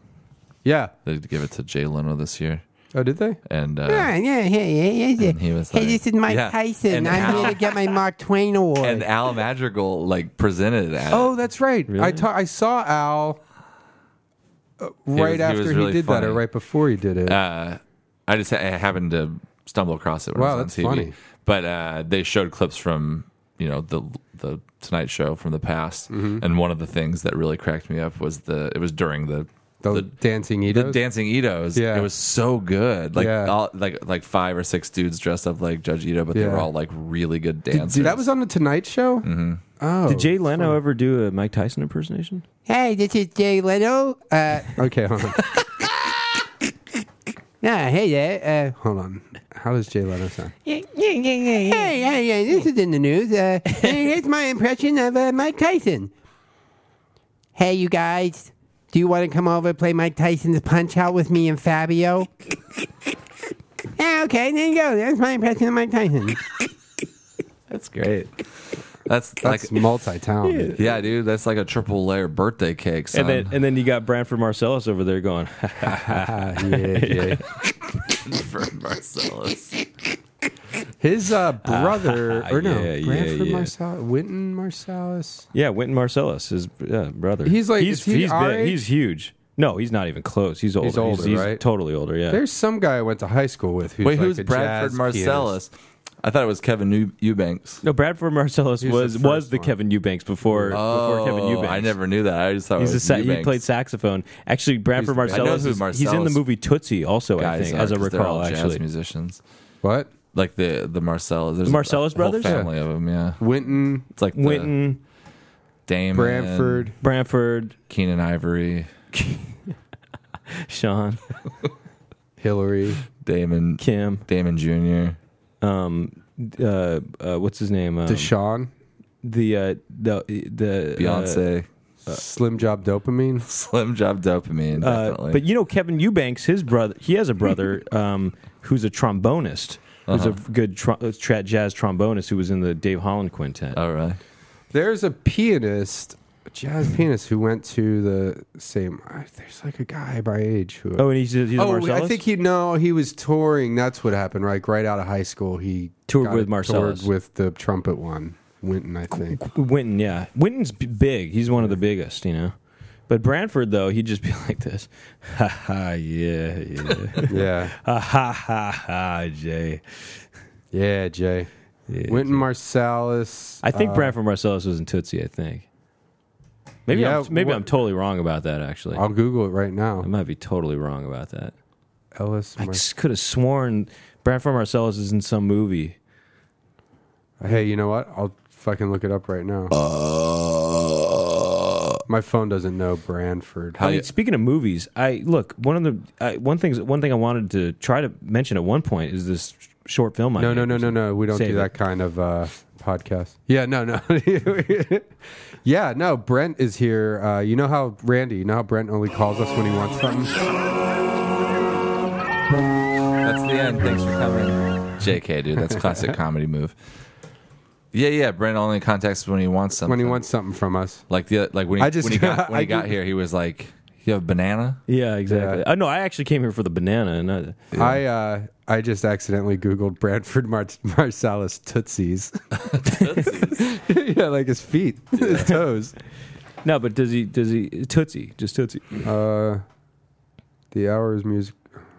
Speaker 4: yeah.
Speaker 2: They give it to Jay Leno this year,
Speaker 4: Oh, did they?
Speaker 2: and uh,
Speaker 5: Yeah, yeah, yeah, yeah, yeah.
Speaker 2: And he was
Speaker 5: hey,
Speaker 2: like-
Speaker 5: this is Mike
Speaker 2: Yeah.
Speaker 5: Tyson.
Speaker 2: And
Speaker 5: I'm
Speaker 2: Al-
Speaker 5: here to get my Mark Twain award.
Speaker 2: and Al Madrigal like presented it at it.
Speaker 4: Oh, that's right. I ta- I saw Al uh,
Speaker 2: was-
Speaker 4: right
Speaker 2: he
Speaker 4: after
Speaker 2: was
Speaker 4: he,
Speaker 2: really
Speaker 4: did that, or
Speaker 2: funny.
Speaker 4: right before he did it.
Speaker 2: uh, I just I happened to stumble across it when I
Speaker 4: Wow,
Speaker 2: was
Speaker 4: that's
Speaker 2: on TV.
Speaker 4: funny.
Speaker 2: But uh, they showed clips from you know the the Tonight Show from the past,
Speaker 4: Mm-hmm.
Speaker 2: and one of the things that really cracked me up was the it was during the
Speaker 4: the, dancing Ito.
Speaker 2: the dancing Itos.
Speaker 4: Yeah.
Speaker 2: It was so good. Like
Speaker 4: Yeah.
Speaker 2: all, like like five or six dudes dressed up like Judge Ito, but they
Speaker 4: Yeah.
Speaker 2: were all like really good
Speaker 4: Did-
Speaker 2: dancers.
Speaker 4: did- that was on the Tonight Show. Mm-hmm. Oh,
Speaker 3: Did Jay Leno ever do a Mike Tyson impersonation?
Speaker 5: hey, this is Jay Leno. Uh,
Speaker 4: okay, hold on.
Speaker 5: nah, hey there. Uh,
Speaker 4: hold on. How does Jay Leno sound?
Speaker 5: yeah, yeah, yeah, yeah, yeah. Hey, hey, yeah, this is in the news. Uh, hey, here's my impression of uh, Mike Tyson. Hey, you guys, do you want to come over and play Mike Tyson's Punch Out with me and Fabio? yeah, okay, there you go. That's my impression of Mike Tyson.
Speaker 2: that's great. That's,
Speaker 4: That's
Speaker 2: like
Speaker 4: multi-talented.
Speaker 2: yeah, dude. That's like a triple layer birthday cake. Son.
Speaker 3: And then, and then you got Branford Marcellus over there going,
Speaker 4: Ah, yeah, yeah.
Speaker 2: for Marcellus.
Speaker 4: His uh, brother, or no,
Speaker 3: Ah, yeah, yeah,
Speaker 4: Branford
Speaker 3: yeah.
Speaker 4: Marsalis, Winton Marsalis.
Speaker 3: Yeah, Winton Marcellus, his uh, brother.
Speaker 4: He's like-
Speaker 3: he's
Speaker 4: is he
Speaker 3: he's
Speaker 4: our
Speaker 3: big.
Speaker 4: age?
Speaker 3: he's huge. No, he's not even close. He's older.
Speaker 4: older, right?
Speaker 3: totally older. Yeah.
Speaker 4: There's some guy I went to high school with. Who's
Speaker 2: Wait,
Speaker 4: like
Speaker 2: who's
Speaker 4: a
Speaker 2: Bradford
Speaker 4: jazz
Speaker 2: Marcellus? I thought it was Kevin New- Eubanks.
Speaker 3: no Bradford Marcellus
Speaker 4: He's
Speaker 3: was
Speaker 4: the
Speaker 3: was
Speaker 4: first
Speaker 3: the
Speaker 4: one.
Speaker 3: Kevin Eubanks before before Kevin Eubanks.
Speaker 2: Oh, I never knew that. I just thought
Speaker 3: He's
Speaker 2: it
Speaker 3: a
Speaker 2: was
Speaker 3: sa- he
Speaker 2: Eubanks.
Speaker 3: played saxophone. Actually, Bradford
Speaker 4: He's the- I
Speaker 2: know
Speaker 3: Marcellus,
Speaker 2: who
Speaker 3: is- he's in the
Speaker 2: Marcellus
Speaker 3: movie Tootsie also, I
Speaker 2: Guys
Speaker 3: think,
Speaker 2: are,
Speaker 3: as I
Speaker 2: 'cause they're
Speaker 3: recall,
Speaker 2: all
Speaker 3: actually.
Speaker 2: jazz musicians
Speaker 4: pianist. What?
Speaker 2: like the the Marcellus. There's
Speaker 3: The Marcellus
Speaker 2: a, a whole
Speaker 3: brothers?
Speaker 2: family of them. Yeah,
Speaker 4: Winton,
Speaker 2: it's like the
Speaker 3: Winton,
Speaker 2: Damon,
Speaker 4: Branford.
Speaker 3: Branford,
Speaker 2: Keenan Ivory,
Speaker 3: Sean,
Speaker 4: Hillary.
Speaker 2: Damon,
Speaker 3: Kim,
Speaker 2: Damon Jr.
Speaker 3: um, uh, uh, what's his name? Um,
Speaker 4: Deshaun,
Speaker 3: the uh, the the uh,
Speaker 2: Beyonce,
Speaker 4: Slim Job Dopamine.
Speaker 2: Slim Job Dopamine,
Speaker 3: uh,
Speaker 2: definitely.
Speaker 3: but you know Kevin Eubanks, his brother, he has a brother um, who's a trombonist, who's
Speaker 4: Uh-huh.
Speaker 3: a good tr- uh, tra- jazz trombonist who was in the Dave Holland
Speaker 4: Oh.
Speaker 3: Quintet.
Speaker 2: all right.
Speaker 4: There's a pianist, a jazz pianist, who went to the same. I- There's like a guy my age who.
Speaker 3: oh, and he's, he's a
Speaker 4: Oh, I
Speaker 3: Marcellus?
Speaker 4: think he no, he was touring. That's what happened. Like right out of high school, he
Speaker 3: Toured
Speaker 4: got
Speaker 3: with
Speaker 4: it-
Speaker 3: Marcellus.
Speaker 4: toured with the trumpet one, Winton, I think.
Speaker 3: Winton, yeah. Winton's b- big. He's one of the biggest, you know. But Branford, though, he'd just be like this. Ha ha, yeah, yeah.
Speaker 4: yeah,
Speaker 3: ha ha ha ha, Jay.
Speaker 4: yeah, Jay.
Speaker 3: Yeah,
Speaker 4: Winton Marsalis.
Speaker 3: I think
Speaker 4: uh,
Speaker 3: Branford Marcellus was in Tootsie, I think. Maybe,
Speaker 4: Yeah,
Speaker 3: I'm, maybe
Speaker 4: what-
Speaker 3: I'm totally wrong about that, actually.
Speaker 4: I'll Google it right
Speaker 3: I
Speaker 4: now.
Speaker 3: might be totally wrong about that.
Speaker 4: Ellis.
Speaker 3: I
Speaker 4: Mar-
Speaker 3: just could have sworn Branford Marcellus is in some movie.
Speaker 4: hey, you know what? I'll fucking look it up right now.
Speaker 3: Uh.
Speaker 4: My phone doesn't know Branford.
Speaker 2: How
Speaker 3: I
Speaker 2: you-
Speaker 3: mean, speaking of movies, I look one of the I, one things one thing I wanted to try to mention at one point is this short film. I
Speaker 4: No,
Speaker 3: made
Speaker 4: no, no, no,
Speaker 3: recently.
Speaker 4: no. We don't
Speaker 3: Save
Speaker 4: do
Speaker 3: it.
Speaker 4: that kind of uh, podcast. Yeah, no, no. yeah, no. Brent is here. Uh, you know how Randy? You know how Brent only calls us when he wants something.
Speaker 2: That's the end. Thanks for coming. JK, dude. That's classic comedy move. Yeah, yeah. Brent only contacts when he wants something.
Speaker 4: When he wants something from us.
Speaker 2: Like the like when he,
Speaker 4: I just-
Speaker 2: when he got when
Speaker 4: I
Speaker 2: he got
Speaker 4: did-
Speaker 2: here, he was like, "You have a banana."
Speaker 3: Yeah, exactly.
Speaker 4: Yeah.
Speaker 3: Uh, no, I actually came here for the banana. And I,
Speaker 4: I uh, I just accidentally googled Branford Mar- Marsalis tootsies. yeah, like his feet, his toes.
Speaker 3: no, but does he? Does he? Tootsie, just Tootsie.
Speaker 4: Uh, the hours music.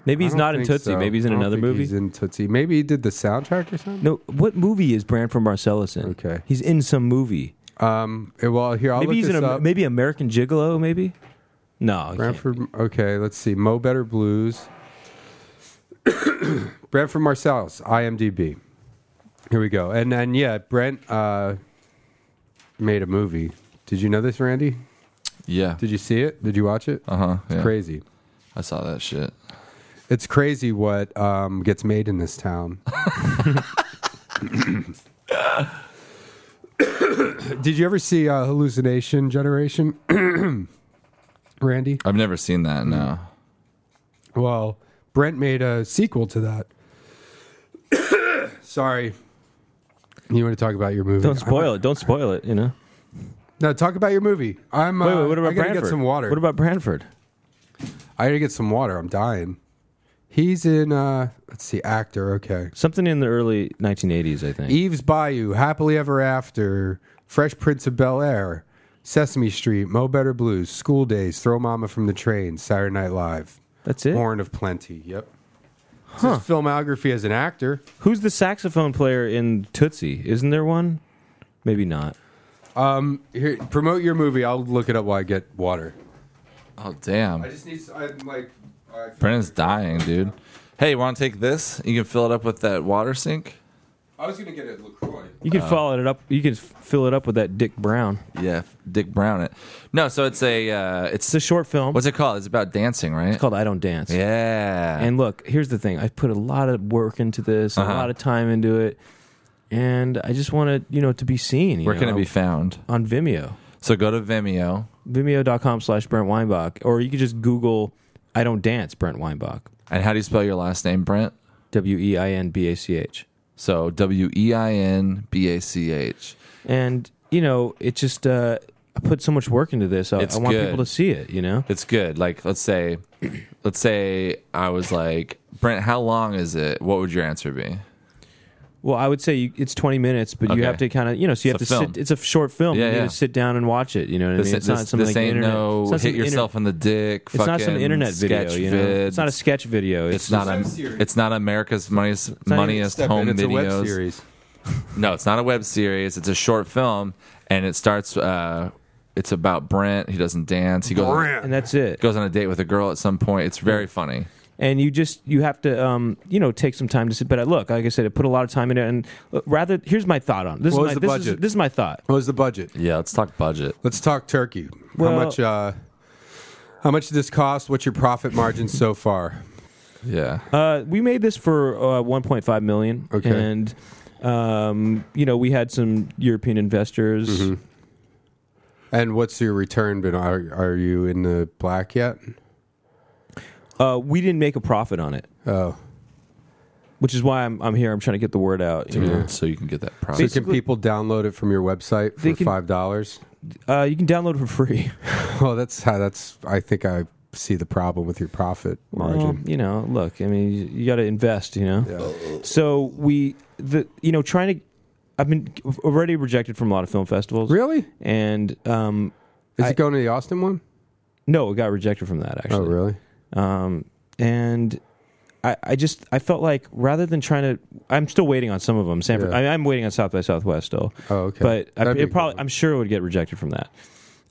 Speaker 3: Maybe he's
Speaker 4: I don't
Speaker 3: not in
Speaker 4: think
Speaker 3: Tootsie.
Speaker 4: so.
Speaker 3: Maybe he's in
Speaker 4: I don't
Speaker 3: another
Speaker 4: think
Speaker 3: movie.
Speaker 4: He's in Tootsie. Maybe he did the soundtrack or something.
Speaker 3: no, what movie is Branford Marcellus in?
Speaker 4: Okay.
Speaker 3: he's in some movie.
Speaker 4: Um. Well, here I'll
Speaker 3: maybe
Speaker 4: look
Speaker 3: he's in
Speaker 4: this
Speaker 3: a,
Speaker 4: up.
Speaker 3: maybe American Gigolo. Maybe. No, he can't.
Speaker 4: Brantford. Okay, let's see. Mo Better Blues. Brantford Marsalis, IMDb. Here we go. And then yeah, Brent uh, made a movie. Did you know this, Randy?
Speaker 2: Yeah.
Speaker 4: Did you see it? Did you watch it?
Speaker 2: Uh huh.
Speaker 4: It's crazy.
Speaker 2: I saw that shit.
Speaker 4: It's crazy what um, gets made in this town. Did you ever see uh, Hallucination Generation, Randy?
Speaker 2: I've never seen that. No.
Speaker 4: Well, Brent made a sequel to that. Sorry. You want to talk about your movie?
Speaker 3: Don't spoil it. Don't spoil it. You know.
Speaker 4: No, talk about your movie. I'm.
Speaker 3: Wait,
Speaker 4: uh,
Speaker 3: wait. What about
Speaker 4: I gotta
Speaker 3: Branford?
Speaker 4: get some water.
Speaker 3: What about Branford?
Speaker 4: I gotta get some water. I'm dying. He's in. uh Let's see, actor. Okay.
Speaker 3: Something in the early 1980s, I think.
Speaker 4: Eve's Bayou, Happily Ever After, Fresh Prince of Bel Air, Sesame Street, Mo Better Blues, School Days, Throw Mama from the Train, Saturday Night Live,
Speaker 3: That's it.
Speaker 4: Horn of Plenty. Yep. It's his filmography as an actor.
Speaker 3: Who's the saxophone player in Tootsie? Isn't there one? Maybe not.
Speaker 4: Um, here, promote your movie. I'll look it up while I get water. Mm-hmm.
Speaker 2: Oh damn.
Speaker 4: just need. I'm like.
Speaker 2: Brennan's dying, dude. Hey, want to take this? You can fill it up with that water sink.
Speaker 4: I was gonna get a Lacroix.
Speaker 3: You can follow it up. You can f- fill it up with that Dick Brown.
Speaker 2: Yeah, Dick Brown it. No, so it's a uh, it's
Speaker 3: It's a short film.
Speaker 2: what's it called? It's about dancing, right?
Speaker 3: it's called? I don't dance.
Speaker 2: yeah.
Speaker 3: And look, here's the thing. I put a lot of work into this, a lot of time into it, and I just want it, you know, to be seen. you
Speaker 2: where can
Speaker 3: know,
Speaker 2: it
Speaker 4: E
Speaker 2: be found?
Speaker 3: on Vimeo?
Speaker 2: So go to Vimeo
Speaker 3: Vimeo.com/slash Brent Weinbach, or you could just Google "I don't dance" Brent Weinbach.
Speaker 2: and how do you spell your last name, Brent?
Speaker 3: W e i n b a c h.
Speaker 2: So W E I N B A C H.
Speaker 3: And you know, it just uh, I put so much work into this. I,
Speaker 2: It's
Speaker 3: I want
Speaker 2: good.
Speaker 3: people to see it. You know.
Speaker 2: It's good. Like let's say, let's say I was like Brent, how long is it? What would your answer be?
Speaker 3: Well, I would say you, it's 20 minutes, but
Speaker 2: Okay.
Speaker 3: you have to kind of, you know, so you
Speaker 2: It's
Speaker 3: have
Speaker 2: a
Speaker 3: to
Speaker 2: film.
Speaker 3: sit. It's a short film.
Speaker 2: Yeah,
Speaker 3: you
Speaker 2: yeah.
Speaker 3: need to sit down and watch it. You know what
Speaker 2: This,
Speaker 3: I mean? It's
Speaker 2: this,
Speaker 3: not some
Speaker 2: this
Speaker 3: like
Speaker 2: ain't
Speaker 3: internet.
Speaker 2: no
Speaker 3: it's not some
Speaker 2: hit yourself in the dick.
Speaker 3: Internet, it's not some
Speaker 2: fucking
Speaker 3: internet video.
Speaker 2: sketch
Speaker 3: You know?
Speaker 2: vid.
Speaker 3: It's not a sketch video. It's,
Speaker 2: It's not a.
Speaker 4: series.
Speaker 2: It's not America's moneyest
Speaker 3: not even
Speaker 2: moneyest home
Speaker 4: it's
Speaker 2: videos.
Speaker 4: a web series.
Speaker 2: No, it's not a web series. It's a short film, and it starts. Uh, it's about Brent. He doesn't dance. He goes
Speaker 3: and that's it.
Speaker 2: goes on a date with a girl at some point. It's very funny.
Speaker 3: and you just you have to um, you know take some time to sit. But I, look, like I said, I put a lot of time in it, and uh, rather here's my thought on it. this.
Speaker 4: What
Speaker 3: is my,
Speaker 4: was the
Speaker 3: this Is,
Speaker 4: budget?
Speaker 3: this is my thought.
Speaker 4: What was the budget?
Speaker 2: Yeah, let's talk budget.
Speaker 4: Let's talk turkey.
Speaker 3: Well-
Speaker 4: how much? Uh, how much did this cost? What's your profit margin so far?
Speaker 2: Yeah,
Speaker 3: Uh, we made this for uh, 1.5 million,
Speaker 4: Okay.
Speaker 3: and Um, you know, we had some European investors.
Speaker 4: Mm-hmm. And what's your return been? Are, are you in the black yet?
Speaker 3: Uh, we didn't make a profit on it,
Speaker 4: Oh.
Speaker 3: which is why I'm, I'm here. I'm trying to get the word out. you know.
Speaker 2: So you can get that
Speaker 4: So
Speaker 2: promise.
Speaker 4: can people download it from your website for
Speaker 3: They can-
Speaker 4: $5?
Speaker 3: Uh, you can download it for free.
Speaker 4: Well, Oh, that's how that's. I think I see the problem with your profit
Speaker 3: Well,
Speaker 4: margin.
Speaker 3: you know, look, I mean, you, got to invest, you know. So we the you know trying to. I've been already rejected from a lot of film festivals.
Speaker 4: Really?
Speaker 3: And um,
Speaker 4: Is
Speaker 3: I-
Speaker 4: it going to the Austin one?
Speaker 3: no, it got rejected from that actually.
Speaker 4: Oh, really?
Speaker 3: um, and I, I just I felt like rather than trying to, I'm still waiting on some of them. Sanford,
Speaker 4: Yeah.
Speaker 3: I, I'm waiting on South by Southwest still.
Speaker 4: Oh, okay.
Speaker 3: But I,
Speaker 4: That'd be a
Speaker 3: it
Speaker 4: good
Speaker 3: probably,
Speaker 4: one. Hmm.
Speaker 3: I'm sure it would get rejected from that.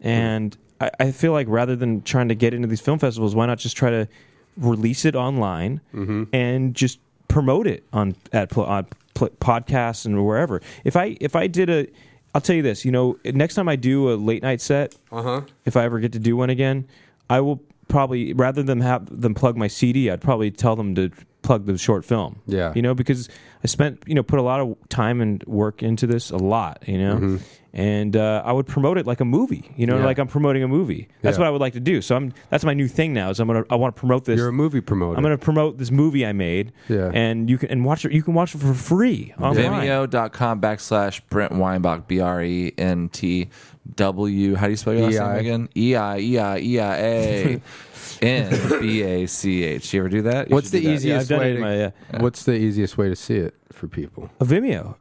Speaker 3: And I, I feel like rather than trying to get into these film festivals, why not just try to release it online
Speaker 4: Mm-hmm.
Speaker 3: and just promote it on at pl- on pl- podcasts and wherever. If I if I did a, I'll tell you this. You know, next time I do a late night set,
Speaker 4: Uh-huh.
Speaker 3: if I ever get to do one again, I will probably rather than have them plug my CD, I'd probably tell them to plug the short film.
Speaker 4: Yeah.
Speaker 3: you know, because I spent you know put a lot of time and work into this, a lot, you know, and uh, I would promote it like a movie. You know,
Speaker 4: Mm-hmm. Yeah.
Speaker 3: like I'm promoting a movie. That's
Speaker 4: Yeah.
Speaker 3: what I would like to do. So I'm that's my new thing now. Is I'm gonna I want to promote this.
Speaker 4: You're a movie promoter.
Speaker 3: I'm going to promote this movie I made,
Speaker 4: Yeah.
Speaker 3: and you can and watch it. You can watch it for free online.
Speaker 2: Vimeo.com backslash Brent Weinbach, B R E N T W. How do you spell your last
Speaker 4: E-I.
Speaker 2: name again? E I E I E I A N B A C H. You ever do that? You
Speaker 4: What's
Speaker 2: should
Speaker 4: the
Speaker 2: do that.
Speaker 4: easiest
Speaker 3: done it
Speaker 4: way?
Speaker 3: in
Speaker 4: To,
Speaker 3: my, uh,
Speaker 4: What's the easiest way to see it for people?
Speaker 3: A Vimeo,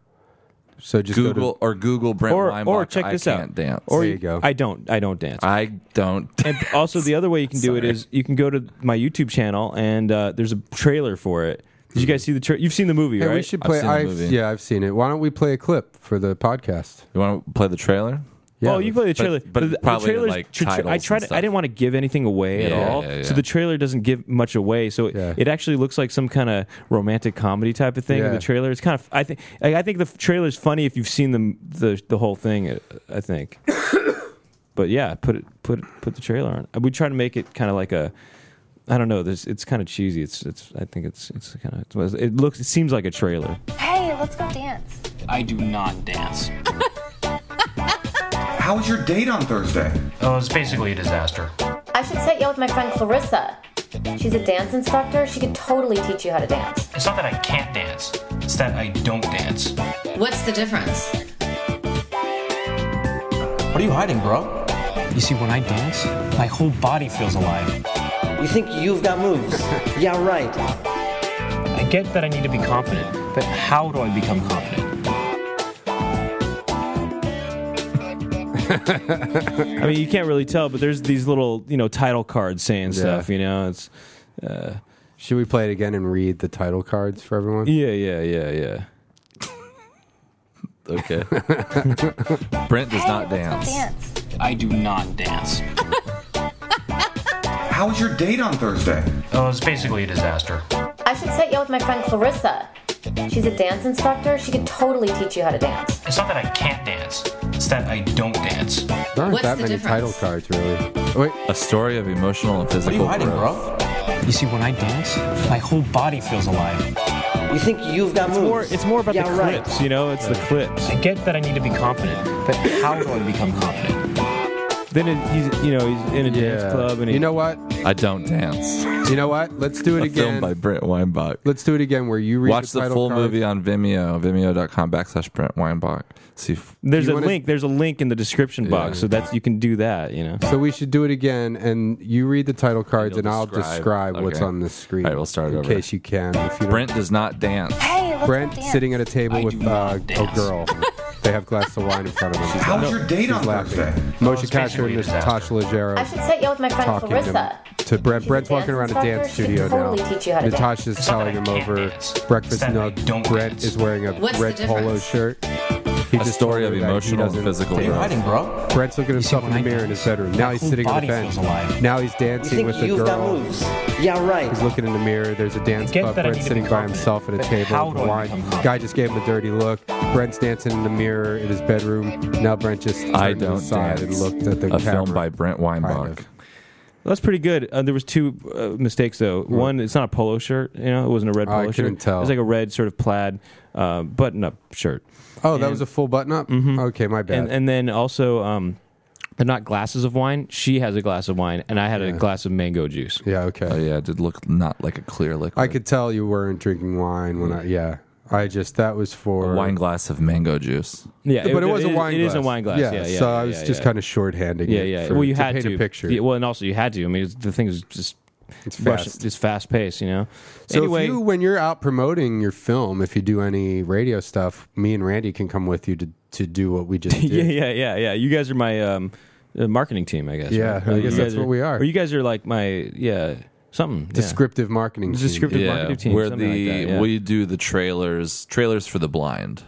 Speaker 4: So just go to-
Speaker 2: Google or Google Brent
Speaker 3: Or-
Speaker 2: Weinbach.
Speaker 3: or check
Speaker 2: I
Speaker 3: this out.
Speaker 2: can't Dance.
Speaker 3: or
Speaker 4: There you go.
Speaker 3: I don't. I don't dance.
Speaker 2: I don't.
Speaker 3: And also, the other way you can do it
Speaker 2: Sorry.
Speaker 3: is you can go to my YouTube channel, and uh, there's a trailer for it. Did you guys see the trailer? You've seen the movie,
Speaker 4: Hmm. Hey,
Speaker 3: right?
Speaker 4: we should
Speaker 2: I've
Speaker 4: play.
Speaker 2: seen the
Speaker 4: I've,
Speaker 2: movie.
Speaker 4: yeah, I've seen it. Why don't we play a clip for the podcast?
Speaker 2: You want to play the trailer?
Speaker 3: oh, you play the trailer,
Speaker 2: but probably, like, titles
Speaker 3: I
Speaker 2: and
Speaker 3: tried. to- I
Speaker 2: stuff.
Speaker 3: didn't want to give anything away
Speaker 2: Yeah,
Speaker 3: at all,
Speaker 2: yeah, yeah.
Speaker 3: so the trailer doesn't give much away. So it,
Speaker 4: Yeah.
Speaker 3: it actually looks like some kind of romantic comedy type of thing. in
Speaker 4: Yeah.
Speaker 3: The trailer. It's kind of. I think. I, I think the trailer's funny if you've seen the the, the whole thing. uh, I think. but yeah, put it put it- put the trailer on. We try to make it kind of like a. I don't know. There's, it's kind of cheesy. It's, it's. I think it's. It's kind of. It looks. It seems like a trailer.
Speaker 6: Hey, let's go dance.
Speaker 7: I do not dance.
Speaker 8: How was your date on Thursday?
Speaker 7: Oh, it's basically a disaster.
Speaker 6: I should set you up with my friend Clarissa. She's a dance instructor. She could totally teach you how to dance.
Speaker 7: It's not that I can't dance, it's that I don't dance.
Speaker 9: What's the difference?
Speaker 7: What are you hiding, bro? You see, when I dance, my whole body feels alive.
Speaker 10: You think you've got moves? yeah, right.
Speaker 7: I get that I need to be confident, but how do I become confident?
Speaker 3: I mean, you can't really tell, but there's these little, you know, title cards saying stuff. You know, it's
Speaker 4: Should we play it again and read the title cards for everyone?
Speaker 3: yeah, yeah, yeah, yeah.
Speaker 2: Okay. Brent does
Speaker 6: hey,
Speaker 2: not
Speaker 6: let's
Speaker 2: dance.
Speaker 6: Go dance.
Speaker 7: I do not dance.
Speaker 8: How was your date on Thursday?
Speaker 7: Oh, it's basically a disaster.
Speaker 6: I should set you up with my friend Clarissa. She's a dance instructor. She could totally teach you how to dance.
Speaker 7: It's not that I can't dance, it's that I don't dance.
Speaker 4: There aren't
Speaker 9: What's
Speaker 4: that
Speaker 9: the
Speaker 4: many title
Speaker 9: difference?
Speaker 4: cards, really. Wait,
Speaker 2: A story of emotional and physical growth.
Speaker 7: You see, when I dance, my whole body feels alive.
Speaker 10: You think you've got moves?
Speaker 3: Or it's more about
Speaker 10: yeah,
Speaker 3: the
Speaker 10: right.
Speaker 3: clips, you know. It's the clips.
Speaker 7: I get that I need to be confident, but how do I become confident?
Speaker 3: Then it, he's, you know, he's in a dance
Speaker 4: yeah.
Speaker 3: club, and he,
Speaker 4: you know what?
Speaker 2: I don't dance.
Speaker 4: You know what? Let's do it
Speaker 2: A film
Speaker 4: again.
Speaker 2: by Brent Weinbach.
Speaker 4: Let's do it again where you read
Speaker 2: Watch the,
Speaker 4: title
Speaker 2: full
Speaker 4: cards.
Speaker 2: movie on Vimeo, vimeo.com backslash Brent Weinbach. See, if-
Speaker 3: there's
Speaker 4: you
Speaker 3: a
Speaker 4: wanna-
Speaker 3: link. There's a link in the description box, so that's you can do that. You know,
Speaker 4: So we should do it again, and you read the title cards,
Speaker 2: You'll
Speaker 4: and I'll
Speaker 2: describe-
Speaker 4: describe what's
Speaker 2: okay.
Speaker 4: on the screen.
Speaker 2: All right, we'll start
Speaker 4: in
Speaker 2: over.
Speaker 4: case you can. If you don't-
Speaker 2: Brent does not dance.
Speaker 6: Hey, let's
Speaker 4: Brent
Speaker 6: go dance.
Speaker 4: sitting at a table
Speaker 7: I
Speaker 4: with
Speaker 7: do not
Speaker 4: uh, a
Speaker 7: dance.
Speaker 4: girl. they have glass of wine in front of them.
Speaker 8: How was your date on
Speaker 4: laughing.
Speaker 8: Thursday?
Speaker 4: Moshe
Speaker 7: it's
Speaker 4: Kasher
Speaker 7: basically
Speaker 4: and
Speaker 7: a
Speaker 4: Natasha
Speaker 7: disaster.
Speaker 6: I
Speaker 4: Leggero
Speaker 6: should set you up with my friend
Speaker 4: talking to, to
Speaker 6: Clarissa.
Speaker 4: Brent. Brent's
Speaker 6: She's a dance
Speaker 4: walking around a
Speaker 6: instructor.
Speaker 4: dance
Speaker 6: She
Speaker 4: studio
Speaker 6: can totally
Speaker 4: now.
Speaker 6: teach you how to dance.
Speaker 4: Natasha's
Speaker 7: It's not
Speaker 4: telling
Speaker 7: that I
Speaker 4: him
Speaker 7: can't
Speaker 4: over
Speaker 7: dance. It's
Speaker 4: breakfast
Speaker 7: that I
Speaker 4: nug.
Speaker 7: don't
Speaker 4: Brent
Speaker 7: dance.
Speaker 4: is wearing a
Speaker 9: What's the
Speaker 4: red polo
Speaker 9: difference?
Speaker 4: shirt. He
Speaker 2: A
Speaker 4: just
Speaker 2: story of
Speaker 4: told her that he
Speaker 2: emotional and
Speaker 4: doesn't-
Speaker 2: physical growth.
Speaker 7: bro?
Speaker 4: Brent's looking at himself in
Speaker 7: when
Speaker 4: the
Speaker 7: I
Speaker 4: mirror in
Speaker 7: dance,
Speaker 4: his bedroom.
Speaker 7: my
Speaker 4: Now he's
Speaker 7: whole
Speaker 4: sitting on a
Speaker 7: body
Speaker 4: bench.
Speaker 7: feels alive.
Speaker 4: Now he's
Speaker 10: You
Speaker 4: dancing
Speaker 10: think
Speaker 4: with a
Speaker 10: you've got
Speaker 4: girl.
Speaker 10: moves? Yeah, right.
Speaker 4: He's looking in the mirror. There's a dance
Speaker 7: get
Speaker 4: club.
Speaker 7: that I
Speaker 4: Brent's
Speaker 7: need to
Speaker 4: sitting
Speaker 7: be
Speaker 4: by
Speaker 7: confident,
Speaker 4: himself at a
Speaker 7: but
Speaker 4: table
Speaker 7: how
Speaker 4: with
Speaker 7: do I
Speaker 4: wine.
Speaker 7: become confident?
Speaker 4: Guy just gave him a dirty look. Brent's dancing in the mirror in his bedroom. Now Brent just turned
Speaker 2: I
Speaker 4: to the
Speaker 2: don't
Speaker 4: side
Speaker 2: dance.
Speaker 4: and looked at the
Speaker 2: a
Speaker 4: camera.
Speaker 2: film by Brent Weinbach.
Speaker 4: of.
Speaker 3: That's pretty good. Uh, there was two uh, mistakes though. One, it's not a polo shirt. You know, it wasn't a red
Speaker 4: Oh, I
Speaker 3: polo
Speaker 4: couldn't
Speaker 3: shirt.
Speaker 4: tell.
Speaker 3: It was like a red sort of plaid uh, button-up shirt.
Speaker 4: Oh, that
Speaker 3: And-
Speaker 4: was a full button up.
Speaker 2: Mm-hmm.
Speaker 4: Okay, my bad.
Speaker 3: And and then also, um, they're not glasses of wine. She has a glass of wine, and I had a glass of mango juice.
Speaker 4: yeah, okay.
Speaker 2: Oh yeah, it did look not like a clear liquid.
Speaker 4: I could tell you weren't drinking wine when I. Yeah, I just that was
Speaker 2: a
Speaker 4: for
Speaker 2: wine glass of mango juice.
Speaker 3: Yeah,
Speaker 4: but it, was a wine.
Speaker 3: It
Speaker 4: glass.
Speaker 3: is a wine glass. Yeah, yeah.
Speaker 4: so
Speaker 3: yeah,
Speaker 4: I was
Speaker 3: yeah,
Speaker 4: just
Speaker 3: yeah.
Speaker 4: kind of shorthanding
Speaker 3: Yeah,
Speaker 4: it.
Speaker 3: yeah.
Speaker 4: for-
Speaker 3: well, you
Speaker 4: to
Speaker 3: had
Speaker 4: paint
Speaker 3: to
Speaker 4: a picture.
Speaker 3: Yeah, well, and also you had to. I mean, it was- the thing is just
Speaker 4: it's
Speaker 3: rush-
Speaker 4: fast.
Speaker 3: it's fast paced. You know.
Speaker 4: So
Speaker 3: anyway,
Speaker 4: if you, when you're out promoting your film, if you do any radio stuff, me and Randy can come with you to, to do what we just did.
Speaker 3: yeah, yeah, yeah, yeah. You guys are my um, uh, marketing team, I guess.
Speaker 4: Yeah,
Speaker 3: right?
Speaker 4: I
Speaker 3: Or
Speaker 4: guess
Speaker 3: you
Speaker 4: that's
Speaker 3: guys
Speaker 4: what we are.
Speaker 3: Or you guys are like my yeah something yeah.
Speaker 4: Descriptive marketing. team.
Speaker 3: Descriptive
Speaker 2: Yeah,
Speaker 3: marketing team.
Speaker 2: where the
Speaker 3: something like that, yeah.
Speaker 2: we do the trailers, trailers for the blind.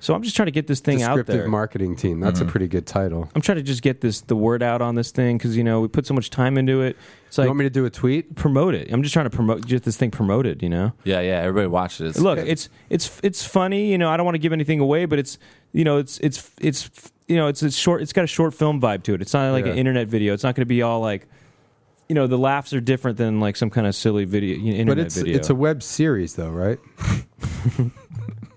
Speaker 3: so I'm just trying to get this thing out
Speaker 4: Descriptive
Speaker 3: there. Mm-hmm.
Speaker 4: marketing team. That's a pretty good title.
Speaker 3: I'm trying to just get this the word out on this thing because you know we put so much time into it. It's
Speaker 4: you
Speaker 3: like
Speaker 4: want me to do a tweet?
Speaker 3: promote it. I'm just trying to promote get this thing promoted. You know.
Speaker 2: Yeah, yeah. Everybody watched it. It's,
Speaker 3: Look, it's it's it's funny. You know, I don't want to give anything away, but it's you know it's it's it's you know it's it's short. It's got a short film vibe to it. It's not like
Speaker 4: Yeah.
Speaker 3: an internet video. It's not going to be all like. You know the laughs are different than like some kind of silly video, you know, internet
Speaker 4: but it's
Speaker 3: video.
Speaker 4: it's a web series though, right?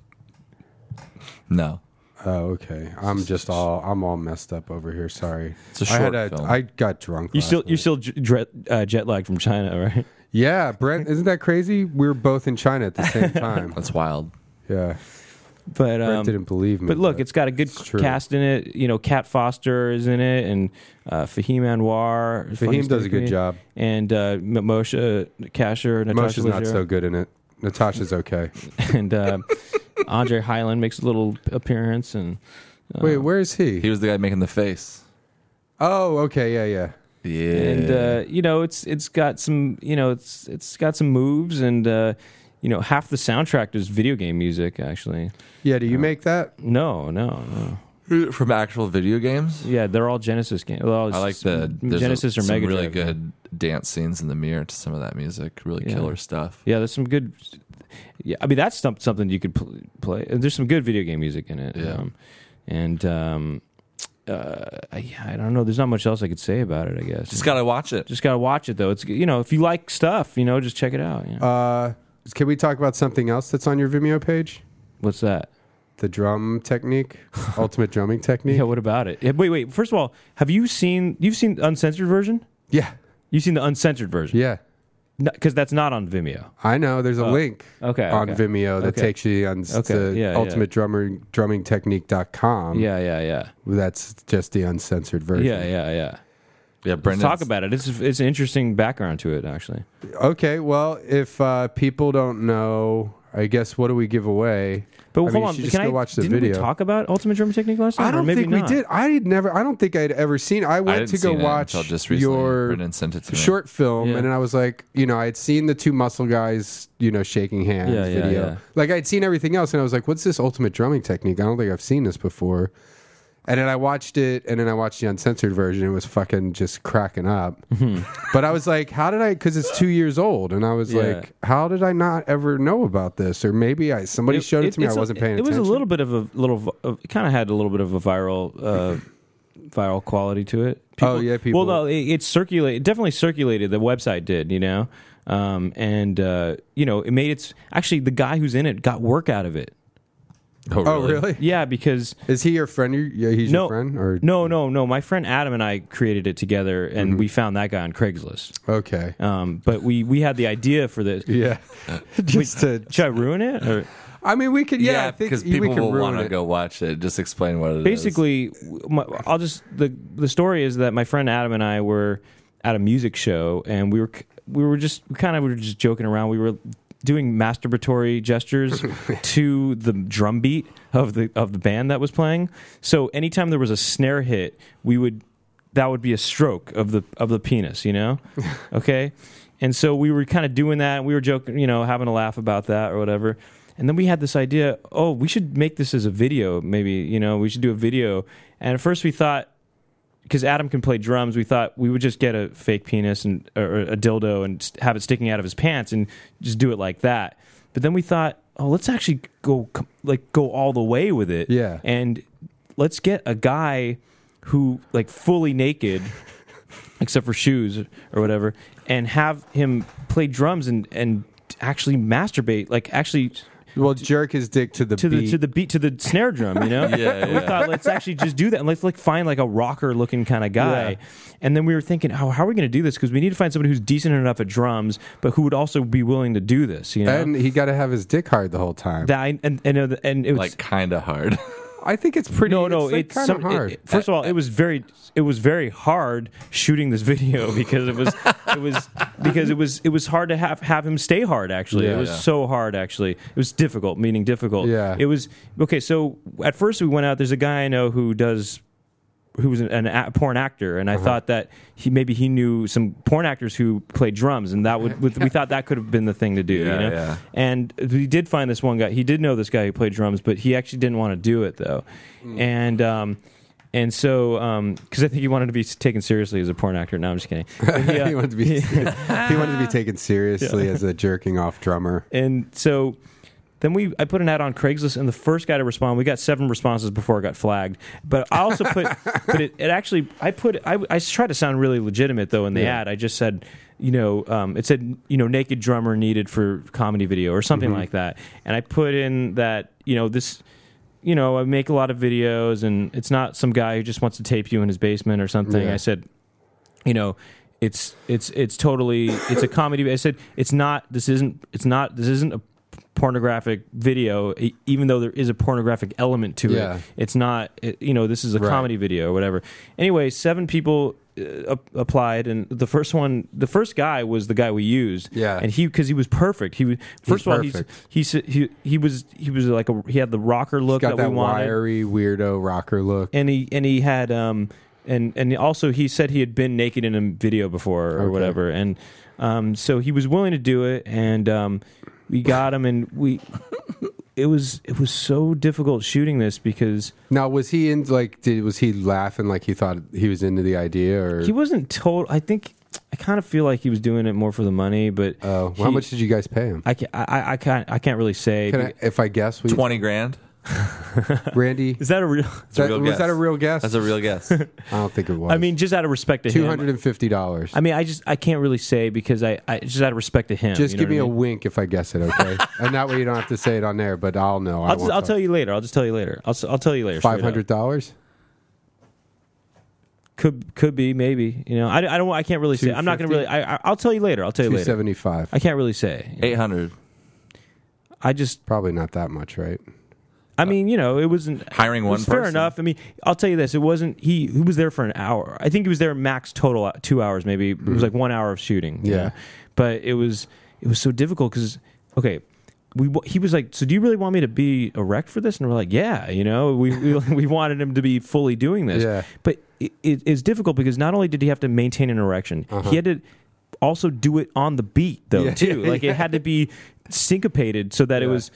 Speaker 2: no.
Speaker 4: Oh, okay. I'm just all I'm all messed up over here. Sorry.
Speaker 2: It's a
Speaker 4: I had
Speaker 2: short film.
Speaker 4: I got drunk.
Speaker 3: you
Speaker 4: last
Speaker 3: still
Speaker 4: night.
Speaker 3: you're still j- dre- uh, jet lagged from China, right?
Speaker 4: Yeah, Brent. Isn't that crazy? We were both in China at the same time.
Speaker 2: That's wild.
Speaker 4: yeah,
Speaker 3: But
Speaker 4: Brent
Speaker 3: um,
Speaker 4: didn't believe me.
Speaker 3: but look, it's got a good
Speaker 4: it's true.
Speaker 3: cast in it. You know, Kat Foster is in it, and uh, Fahim Anwar. funny
Speaker 4: Fahim does a good
Speaker 3: comedian,
Speaker 4: job.
Speaker 3: and uh, M- Moshe Kasher, Natasha
Speaker 4: Moshe's not
Speaker 3: Leggero.
Speaker 4: so good in it. Natasha's okay.
Speaker 3: and uh, Andre Highland makes a little appearance, and Uh,
Speaker 4: Wait, where is he?
Speaker 2: He was the guy making the face.
Speaker 4: Oh, okay, yeah, yeah.
Speaker 2: Yeah.
Speaker 3: and uh, you know it's it's got some you know it's it's got some moves, and uh, you know half the soundtrack is video game music actually.
Speaker 4: Yeah, do you make that?
Speaker 3: No, no, no.
Speaker 2: from actual video games.
Speaker 3: Yeah, they're all Genesis games. Well,
Speaker 2: I like
Speaker 3: it's
Speaker 2: the there's
Speaker 3: Genesis
Speaker 2: a,
Speaker 3: or
Speaker 2: some
Speaker 3: Mega
Speaker 2: really
Speaker 3: Drive.
Speaker 2: good dance scenes in the mirror to some of that music. Really
Speaker 3: Yeah.
Speaker 2: killer stuff.
Speaker 3: Yeah, there's some good. Yeah, I mean that's some- something you could pl- play. There's some good video game music in it.
Speaker 2: Yeah.
Speaker 3: Um, and um, uh, yeah, I don't know. There's not much else I could say about it. I guess
Speaker 2: Just gotta watch it.
Speaker 3: just gotta watch it though. It's you know if you like stuff, you know just check it out. you know.
Speaker 4: Uh, can we talk about something else that's on your Vimeo page?
Speaker 3: What's that?
Speaker 4: The drum technique, ultimate drumming technique.
Speaker 3: Yeah, what about it? Yeah, wait, wait. First of all, have you seen you've seen the uncensored version?
Speaker 4: Yeah,
Speaker 3: You've seen the uncensored version,
Speaker 4: yeah.
Speaker 3: because that's not on Vimeo.
Speaker 4: I know. There's a link
Speaker 3: Oh. okay,
Speaker 4: on
Speaker 3: okay.
Speaker 4: Vimeo that
Speaker 3: Okay.
Speaker 4: takes you on s-
Speaker 3: Okay,
Speaker 4: to
Speaker 3: yeah, yeah.
Speaker 4: ultimate drummer drumming technique.com.
Speaker 3: Yeah, yeah, yeah,
Speaker 4: That's just the uncensored version.
Speaker 3: yeah, yeah, yeah.
Speaker 2: Yeah,
Speaker 3: Let's
Speaker 2: Brendan.
Speaker 3: talk about it. It's it's an interesting background to it actually.
Speaker 4: Okay, well, if uh, people don't know, I guess what do we give away?
Speaker 3: But
Speaker 4: I
Speaker 3: hold
Speaker 4: mean, you
Speaker 3: on,
Speaker 4: should just
Speaker 3: can I
Speaker 4: go watch the
Speaker 3: didn't
Speaker 4: video.
Speaker 3: we talk about Ultimate Drum Technique last time?
Speaker 4: I
Speaker 3: or
Speaker 4: don't
Speaker 3: maybe
Speaker 4: think
Speaker 3: not?
Speaker 4: we did. I did never. I don't think I'd ever seen. I
Speaker 2: I
Speaker 4: went
Speaker 2: didn't
Speaker 4: to go
Speaker 2: see it
Speaker 4: watch
Speaker 2: until just recently.
Speaker 4: your
Speaker 2: Brendan sent it to me.
Speaker 4: short film,
Speaker 3: Yeah.
Speaker 4: and then I was like, you know, I had seen the two muscle guys, you know, shaking hands
Speaker 3: Yeah, yeah,
Speaker 4: video.
Speaker 3: yeah.
Speaker 4: Like I'd seen everything else, and I was like, what's this ultimate drumming technique? I don't think I've seen this before. And then I watched it, and then I watched the uncensored version. It was fucking just cracking up. but I was like, how did I? Because it's two years old, and I was
Speaker 3: Mm-hmm. Yeah.
Speaker 4: like, how did I not ever know about this? Or maybe I somebody showed it to me. I
Speaker 3: it's a-
Speaker 4: wasn't paying
Speaker 3: It was
Speaker 4: attention.
Speaker 3: a little bit of a little. uh, It kind of had a little bit of a viral, uh, viral quality to it.
Speaker 4: Oh, yeah, people-
Speaker 3: Well, no, it, it circulated. It definitely circulated. The website did, you know, um, and uh, you know, it made its. Actually, the guy who's in it got work out of it.
Speaker 4: Oh, really?
Speaker 3: Yeah, because
Speaker 4: Is he your friend? You- Yeah, he's
Speaker 3: no,
Speaker 4: your friend. Or
Speaker 3: no, no, no. My friend Adam and I created it together, and
Speaker 4: Mm-hmm.
Speaker 3: we found that guy on Craigslist.
Speaker 4: Okay.
Speaker 3: Um, but we we had the idea for this.
Speaker 4: Yeah. Just to,
Speaker 3: Should I ruin it? Or?
Speaker 4: I mean, we could. Yeah, I
Speaker 2: Yeah,
Speaker 4: think
Speaker 2: because
Speaker 4: we
Speaker 2: people
Speaker 4: could
Speaker 2: will
Speaker 4: ruin
Speaker 2: want to
Speaker 4: it.
Speaker 2: go watch it. Just explain what it is.
Speaker 3: basically w- my, i'll just the the story is that my friend adam and i were at a music show and we were c- we were just we kind of were just joking around we were doing masturbatory gestures to the drum beat of the of the band that was playing so anytime there was a snare hit we would that would be a stroke of the of the penis, you know? Okay? And so we were kind of doing that and we were joking, you know, having a laugh about that or whatever. And then we had this idea, oh, we should make this as a video maybe, you know, we should do a video. And at first we thought because Adam can play drums, we thought we would just get a fake penis and or a dildo and st- have it sticking out of his pants and just do it like that. But then we thought, oh, let's actually go com- like go all the way with it.
Speaker 4: Yeah.
Speaker 3: and let's get a guy who like fully naked except for shoes or whatever, and have him play drums and and actually masturbate, like actually
Speaker 4: Well, jerk his dick to the
Speaker 3: to
Speaker 4: beat.
Speaker 3: the to the beat to the snare drum, you know.
Speaker 2: Yeah,
Speaker 3: We
Speaker 2: yeah.
Speaker 3: thought let's actually just do that and let's like find like a rocker looking kind of guy, and then we were thinking, oh, how are we going to do this? Because we need to find somebody who's decent enough at drums, but who would also be willing to do this, you know.
Speaker 4: and he got to have his dick hard the whole time.
Speaker 3: that I, and and uh, and it was
Speaker 2: like kind of hard.
Speaker 4: I think it's pretty.
Speaker 3: no, no,
Speaker 4: like,
Speaker 3: it's,
Speaker 4: kinda
Speaker 3: some, it-
Speaker 4: hard.
Speaker 3: it- first of all, it was very, it was very hard shooting this video because it was, it was because it was, it was hard to have have him stay hard. Actually,
Speaker 4: Yeah.
Speaker 3: it was
Speaker 2: Yeah.
Speaker 3: so hard. Actually, it was difficult. Meaning difficult.
Speaker 4: Yeah.
Speaker 3: It was okay. So at first we went out. There's a guy I know who does. Who was an, an a porn actor, and I thought that he maybe he knew some porn actors who played drums, and that would we thought that could have been the thing to do.
Speaker 2: Yeah,
Speaker 3: you know?
Speaker 2: yeah.
Speaker 3: And we did find this one guy. He did know this guy who played drums, but he actually didn't want to do it though. And um, and so because I think he wanted to be taken seriously as a porn actor. No, I'm just kidding. But he, uh,
Speaker 4: he wanted to be. he wanted to be taken seriously as a jerking off drummer.
Speaker 3: and so then we I put an ad on Craigslist, and the first guy to respond, we got seven responses before it got flagged. But I also put, but it, it actually I put I I tried to sound really legitimate though in the ad. I just said. You know, um, it said you know naked drummer needed for comedy video or something like that, and I put in that you know this, you know I make a lot of videos and it's not some guy who just wants to tape you in his basement or something.
Speaker 4: Yeah.
Speaker 3: I said you know it's it's it's totally it's a comedy i said it's not this isn't it's not this isn't a pornographic video e- even though there is a pornographic element to
Speaker 4: Yeah.
Speaker 3: it it's not it, you know this is a
Speaker 4: Right.
Speaker 3: comedy video or whatever anyway seven people uh, ap- applied and the first one the first guy was the guy we used
Speaker 4: Yeah.
Speaker 3: and he because he was perfect he was first of all he's,
Speaker 4: perfect.
Speaker 3: he s- he he was he was like a he had the rocker look that,
Speaker 4: Got that
Speaker 3: we wanted
Speaker 4: wiry weirdo rocker look.
Speaker 3: and he and he had um and and also he said he had been naked in a video before or
Speaker 4: Okay.
Speaker 3: whatever and um so he was willing to do it and um we got him and we it was it was so difficult shooting this because
Speaker 4: Now, was he in like? Did was he laughing like he thought he was into the idea? Or
Speaker 3: he wasn't told I think I kind of feel like he was doing it more for the money but
Speaker 4: Oh, well, how
Speaker 3: he-
Speaker 4: much did you guys pay him?
Speaker 3: I can't, I, I- I can't I can't really say
Speaker 4: Can I, if I guess, we,
Speaker 2: Twenty grand.
Speaker 4: Randy,
Speaker 3: is that a real
Speaker 4: that-
Speaker 2: real
Speaker 4: was
Speaker 2: guess.
Speaker 4: that a real guess?
Speaker 2: That's a real guess.
Speaker 4: I don't think it was.
Speaker 3: I mean just out of respect to
Speaker 4: two
Speaker 3: him
Speaker 4: hundred and fifty dollars.
Speaker 3: I mean I just I can't really say because I, I just out of respect to him
Speaker 4: Just
Speaker 3: you know
Speaker 4: give
Speaker 3: what
Speaker 4: me
Speaker 3: I
Speaker 4: a
Speaker 3: mean?
Speaker 4: wink if I guess it, okay? and that way you don't have to say it on there, but I'll know.
Speaker 3: I'll, just, I'll tell you later. I'll just tell you later. I'll, s- I'll tell you later. straight
Speaker 4: Five
Speaker 3: up.
Speaker 4: hundred dollars.
Speaker 3: could could be maybe. You know, I, I don't. I can't really say. I'm not going to really. I, I- I'll tell you later. I'll tell you
Speaker 4: Two
Speaker 3: later.
Speaker 4: seventy five.
Speaker 3: I can't really say.
Speaker 2: Eight hundred.
Speaker 3: I just.
Speaker 4: Probably not that much, right?
Speaker 3: I mean, you know, it wasn't
Speaker 2: Hiring
Speaker 3: it was
Speaker 2: one
Speaker 3: Fair
Speaker 2: person.
Speaker 3: enough. I mean, I'll tell you this. It wasn't. He he was there for an hour. I think he was there max total uh, two hours. Maybe it was like one hour of shooting. you
Speaker 4: Mm-hmm. Yeah.
Speaker 3: know? but it was it was so difficult because okay. We, wa- he was like, so do you really want me to be erect for this? And we're like, yeah, you know, we we, we wanted him to be fully doing this,
Speaker 4: Yeah.
Speaker 3: but it, it, it's difficult because not only did he have to maintain an erection, he had to also do it on the beat though
Speaker 4: Uh-huh. Yeah,
Speaker 3: too.
Speaker 4: yeah,
Speaker 3: like it had to be syncopated so that it
Speaker 4: Yeah.
Speaker 3: was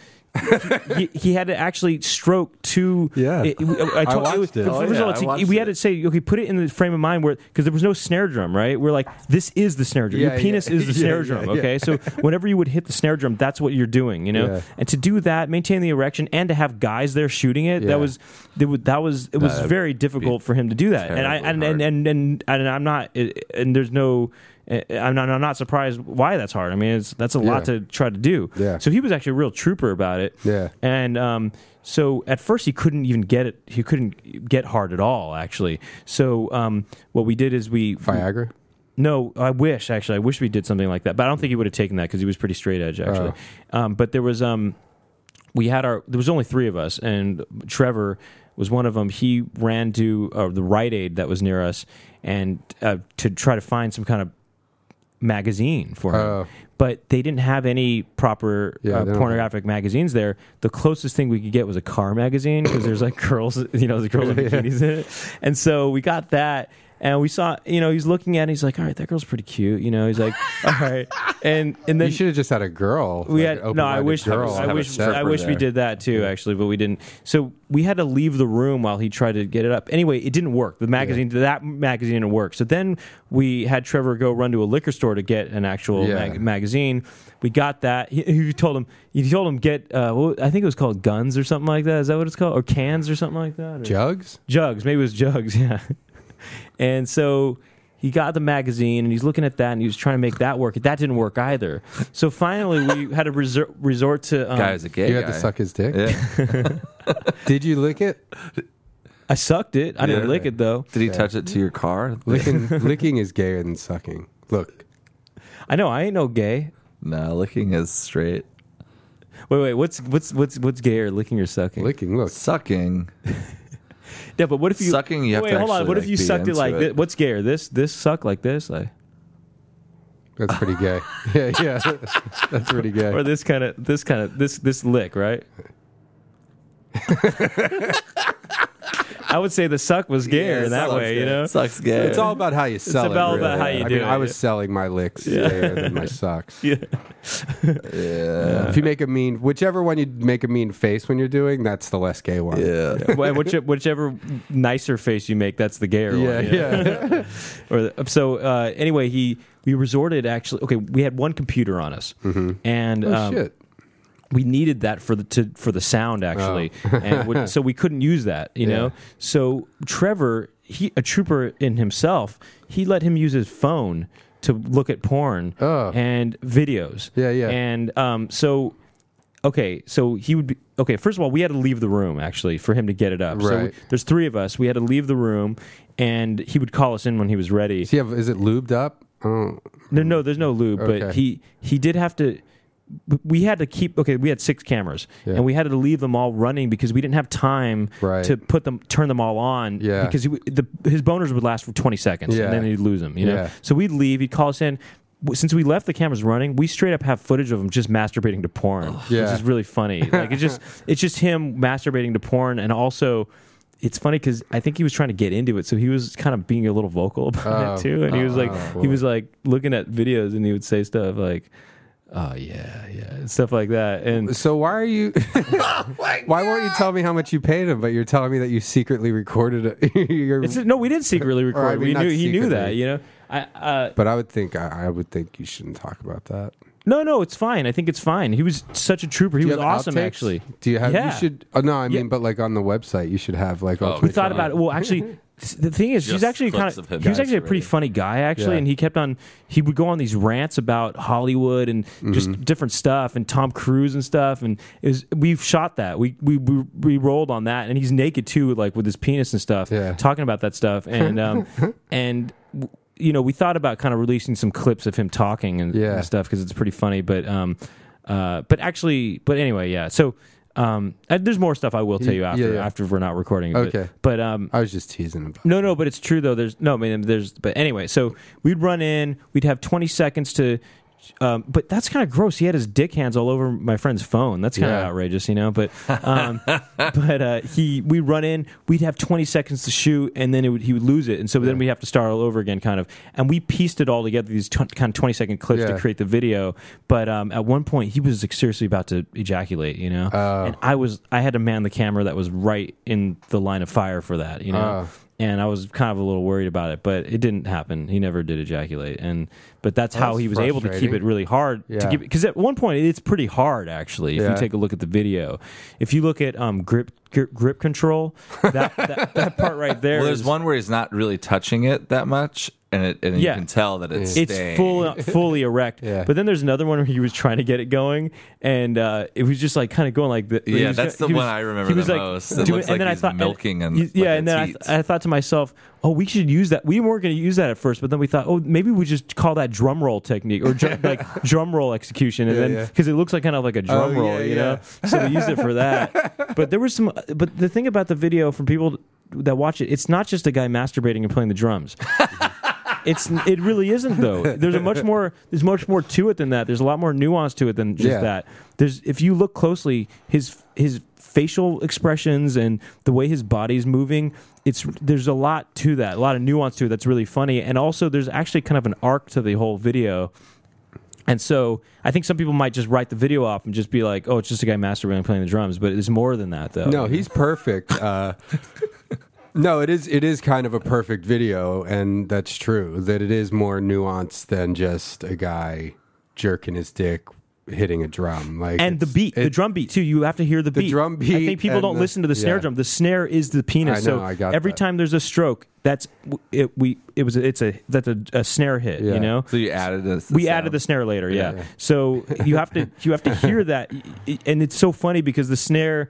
Speaker 3: he, he had to actually stroke two.
Speaker 4: Yeah.
Speaker 3: it- I, told,
Speaker 4: watched
Speaker 3: was-
Speaker 4: it.
Speaker 3: First
Speaker 2: Oh,
Speaker 3: of
Speaker 2: yeah,
Speaker 3: all,
Speaker 2: I
Speaker 3: it's-
Speaker 2: watched
Speaker 3: we had
Speaker 2: it.
Speaker 3: to say, okay, put it in the frame of mind where because there was no snare drum, right? We're like, this is the snare drum.
Speaker 4: Yeah,
Speaker 3: Your penis
Speaker 4: yeah.
Speaker 3: is the
Speaker 4: Yeah,
Speaker 3: snare
Speaker 4: yeah,
Speaker 3: drum.
Speaker 4: yeah.
Speaker 3: Okay, so whenever you would hit the snare drum, that's what you're doing, you know.
Speaker 4: Yeah.
Speaker 3: And to do that, maintain the erection, and to have guys there shooting it,
Speaker 4: Yeah.
Speaker 3: that was that was that was it was
Speaker 2: That'd
Speaker 3: very difficult for him to do that. And I
Speaker 2: terribly hard.
Speaker 3: and and, and and and I'm not and there's no. I'm not, I'm not surprised why that's hard. I mean, it's, that's a lot
Speaker 4: Yeah.
Speaker 3: to try to do.
Speaker 4: Yeah.
Speaker 3: So he was actually a real trooper about it.
Speaker 4: Yeah.
Speaker 3: And um, so at first he couldn't even get it. He couldn't get hard at all, actually. So um, what we did is we
Speaker 4: Viagra.
Speaker 3: no, I wish actually. I wish we did something like that, but I don't think he would have taken that because he was pretty straight edge actually.
Speaker 4: Oh.
Speaker 3: Um, but there was um, we had our there was only three of us, and Trevor was one of them. He ran to uh, the Rite Aid that was near us, and uh, to try to find some kind of magazine for him.
Speaker 4: Oh.
Speaker 3: But they didn't have any proper
Speaker 4: Yeah,
Speaker 3: uh,
Speaker 4: they don't have-
Speaker 3: pornographic magazines there. The closest thing we could get was a car magazine because there's like girls, you know, the girls in bikinis in it. And so we got that. And we saw, you know, he's looking at it. He's like, all right, that girl's pretty cute. You know, he's like, all right. And, and then
Speaker 4: You should have just had a girl.
Speaker 3: we had
Speaker 4: like, an
Speaker 3: no. I
Speaker 4: open-minded
Speaker 3: wish
Speaker 4: Girl.
Speaker 3: I
Speaker 2: Have a
Speaker 3: wish
Speaker 2: stripper
Speaker 3: I wish we
Speaker 2: there.
Speaker 3: did that too, actually, but we didn't. So we had to leave the room while he tried to get it up. Anyway, it didn't work. The magazine, that magazine, didn't work. So then we had Trevor go run to a liquor store to get an actual
Speaker 4: Yeah.
Speaker 3: mag- magazine. We got that. He, he told him. He told him get. Uh, what- I think it was called guns or something like that. Is that what it's called? Or cans or something like that? Or-
Speaker 4: Jugs.
Speaker 3: jugs. Maybe it was jugs. Yeah. And so he- he got the magazine and he's looking at that and he was trying to make that work. That didn't work either. So finally, we had to resor- resort to. Um,
Speaker 2: guy is a gay
Speaker 4: You
Speaker 2: guy.
Speaker 4: had to suck his dick.
Speaker 2: Yeah.
Speaker 4: Did you lick it?
Speaker 3: I sucked it. I didn't
Speaker 2: Yeah.
Speaker 3: lick it though.
Speaker 2: Did he touch it to your car?
Speaker 4: Licking, licking is gayer than sucking. Look,
Speaker 3: I know I ain't no gay.
Speaker 2: no, licking is straight.
Speaker 3: Wait, wait. What's what's what's what's gayer, licking or sucking?
Speaker 4: licking. Look,
Speaker 2: Sucking.
Speaker 3: Yeah, but what if you
Speaker 2: Sucking, you have
Speaker 3: wait,
Speaker 2: to
Speaker 3: hold on.
Speaker 2: actually,
Speaker 3: What if
Speaker 2: like,
Speaker 3: you
Speaker 2: be
Speaker 3: sucked it
Speaker 2: into
Speaker 3: like
Speaker 2: it.
Speaker 3: this? What's gayer? This this suck like this, like
Speaker 4: that's pretty gay. Yeah, yeah, that's pretty
Speaker 3: or
Speaker 4: gay.
Speaker 3: this kind of this kind of this this lick, right? I would say the suck was gayer
Speaker 2: Yeah,
Speaker 3: that
Speaker 2: sucks
Speaker 3: way, you
Speaker 2: gay.
Speaker 3: know.
Speaker 2: Sucks gay.
Speaker 4: It's all about how you sell it.
Speaker 3: about- about
Speaker 4: really.
Speaker 3: how you
Speaker 4: I
Speaker 3: do
Speaker 4: mean,
Speaker 3: it,
Speaker 4: I was
Speaker 3: yeah.
Speaker 4: selling my licks gayer than my sucks.
Speaker 3: Yeah.
Speaker 4: If you make a mean, whichever one you make a mean face when you're doing, that's the less gay one.
Speaker 2: Yeah.
Speaker 3: Wh- which, whichever nicer face you make, that's the gayer
Speaker 4: Yeah,
Speaker 3: one.
Speaker 4: yeah.
Speaker 3: or the, so uh, anyway, he we resorted actually. Okay, we had one computer on us, and
Speaker 4: Oh,
Speaker 3: um,
Speaker 4: shit. Oh.
Speaker 3: we needed that for the to, for the sound actually, and would, so we couldn't use that, you know. So Trevor, he a trooper in himself, he let him use his phone to look at porn
Speaker 4: Oh.
Speaker 3: and videos.
Speaker 4: Yeah, yeah.
Speaker 3: And um, so okay, so he would be okay. First of all, we had to leave the room actually for him to get it up. So
Speaker 4: Right.
Speaker 3: there's three of us. We had to leave the room, and he would call us in when he was ready.
Speaker 4: Do you have, is it lubed up? Oh,
Speaker 3: No, no, there's no lube, but
Speaker 4: Okay.
Speaker 3: he he did have to. We had to keep okay. We had six cameras,
Speaker 4: Yeah.
Speaker 3: and we had to leave them all running because we didn't have time
Speaker 4: Right.
Speaker 3: to put them, turn them all on.
Speaker 4: Yeah.
Speaker 3: because he, would- the, his boners would last for twenty seconds,
Speaker 4: Yeah.
Speaker 3: and then he'd lose them. You know,
Speaker 4: Yeah.
Speaker 3: so we'd leave. He'd call us in. W- Since we left the cameras running, we straight up have footage of him just masturbating to porn, which
Speaker 4: Yeah.
Speaker 3: is really funny. Like it's just it's just him masturbating to porn, and also. It's funny because I think he was trying to get into it, so he was kind of being a little vocal about
Speaker 4: Oh.
Speaker 3: it too. And he was like,
Speaker 4: Oh,
Speaker 3: he
Speaker 4: boy.
Speaker 3: was like looking at videos and he would say stuff like, "Oh yeah, yeah," and stuff like that. And
Speaker 4: so why are you? why won't you tell me how much you paid him? But you're telling me that you secretly recorded it. You're-
Speaker 3: it's no, we didn't secretly record.
Speaker 4: I mean,
Speaker 3: we
Speaker 4: not
Speaker 3: knew he knew
Speaker 4: secretly.
Speaker 3: that. You know, I uh,
Speaker 4: but I would think I, I would think you shouldn't talk about that.
Speaker 3: no, no, it's fine. I think it's fine. He was such a trooper. He
Speaker 4: Do you
Speaker 3: was
Speaker 4: have
Speaker 3: awesome,
Speaker 4: outtakes?
Speaker 3: actually.
Speaker 4: Do you have?
Speaker 3: Yeah.
Speaker 4: You should. Oh, no, I mean,
Speaker 3: Yeah.
Speaker 4: but like on the website, you should have like. Oh,
Speaker 3: We thought about it. Well, actually, the thing is, he's
Speaker 2: Just
Speaker 3: actually kind
Speaker 2: clips
Speaker 3: of,
Speaker 2: of him
Speaker 3: he was
Speaker 2: guys
Speaker 3: actually a pretty
Speaker 2: already.
Speaker 3: funny guy, actually,
Speaker 4: Yeah.
Speaker 3: and he kept on. He would go on these rants about Hollywood and
Speaker 4: Mm-hmm.
Speaker 3: just different stuff and Tom Cruise and stuff. And it was, we've shot that. We, we we we rolled on that, and he's naked too, like with his penis and stuff,
Speaker 4: Yeah.
Speaker 3: talking about that stuff. And um, and w- you know, we thought about kind of releasing some clips of him talking and,
Speaker 4: Yeah.
Speaker 3: and stuff because it's pretty funny. But um, uh, but actually, but anyway, yeah. So. Um, and there's more stuff I will tell you
Speaker 4: Yeah,
Speaker 3: after
Speaker 4: yeah.
Speaker 3: after we're not recording. but-
Speaker 4: Okay.
Speaker 3: but um,
Speaker 4: I was just teasing about.
Speaker 3: no, no, but it's true though. There's no, I mean, there's, but anyway, so we'd run in, we'd have 20 seconds to, um, but that's kind of gross. He had his dick hands all over my friend's phone. That's kind of
Speaker 4: Yeah.
Speaker 3: outrageous, you know. But, um, but uh, he, we run in, we'd have 20 seconds to shoot, and then it would, he would lose it, and so then we'd have to start all over again, kind of. And we pieced it all together these tw kind of 20 second clips to
Speaker 4: Yeah.
Speaker 3: create the video. But um, at one point, he was like seriously about to ejaculate, you know.
Speaker 4: Oh.
Speaker 3: And I was, I had to man the camera that was right in the line of fire for that, you know
Speaker 4: Ah.
Speaker 3: and I was kind of a little worried about it, but it didn't happen. He never did ejaculate, and but that's how
Speaker 4: that's
Speaker 3: he was able to keep
Speaker 4: frustrating.
Speaker 3: it really hard to
Speaker 4: Yeah.
Speaker 3: keep because at one point it's pretty hard actually. If
Speaker 4: Yeah.
Speaker 3: you take a look at the video, if you look at um, grip, grip grip control, that, that, that part right there,
Speaker 2: Well, there's
Speaker 3: is-
Speaker 2: one where he's not really touching it that much, and it and
Speaker 3: Yeah.
Speaker 2: you can tell that it's
Speaker 3: It's
Speaker 2: staying.
Speaker 3: full, uh, fully erect.
Speaker 4: Yeah.
Speaker 3: But then there's another one where he was trying to get it going, and uh, it was just like kind of going like the, he
Speaker 2: Yeah,
Speaker 3: was-
Speaker 2: that's the
Speaker 3: he was-
Speaker 2: one I remember
Speaker 3: he was,
Speaker 2: the
Speaker 3: like,
Speaker 2: most. It
Speaker 3: doing-
Speaker 2: looks like he's milking and,
Speaker 3: you-
Speaker 2: like,
Speaker 3: yeah,
Speaker 2: the
Speaker 3: and then I,
Speaker 2: teats.
Speaker 3: I thought to myself, oh, we should use that. We weren't going to use that at first, but then we thought, oh, maybe we just call that drum roll technique or drum, like drum roll execution, and
Speaker 4: Yeah,
Speaker 3: then
Speaker 4: yeah.
Speaker 3: because it looks like kind of like a drum
Speaker 4: Oh,
Speaker 3: roll,
Speaker 4: yeah,
Speaker 3: you know. So we used it for that. But there was some. uh, But the thing about the video from people that watch it, it's not just a guy masturbating and playing the drums it's it really isn't though. There's a much more there's much more to it than that. There's a lot more nuance to it than just
Speaker 4: Yeah.
Speaker 3: that. There's if you look closely, his his facial expressions and the way his body's moving, it's there's a lot to that, a lot of nuance to it that's really funny. And also there's actually kind of an arc to the whole video. And so I think some people might just write the video off and just be like, "Oh, it's just a guy masturbating and playing the drums," but it's more than that, though.
Speaker 4: No, he's perfect. Uh, no, it is. It is kind of a perfect video, and that's true. That it is more nuanced than just a guy jerking his dick hitting a drum. Like
Speaker 3: and the
Speaker 4: it's-
Speaker 3: beat, the
Speaker 4: it-
Speaker 3: drum beat too. You have to hear the, beat.
Speaker 4: drum
Speaker 3: I
Speaker 4: beat
Speaker 3: think people
Speaker 4: and
Speaker 3: don't
Speaker 4: the-
Speaker 3: listen to the snare
Speaker 4: yeah.
Speaker 3: drum. The snare is the penis.
Speaker 4: I
Speaker 3: so
Speaker 4: know, I got
Speaker 3: every
Speaker 4: that.
Speaker 3: time there's a stroke, that's it. We it was a, it's a that's a, a snare hit.
Speaker 4: Yeah.
Speaker 3: You know.
Speaker 2: So you added this.
Speaker 3: we added the snare later, yeah.
Speaker 4: Yeah.
Speaker 3: So you have to you have to hear that, and it's so funny because the snare,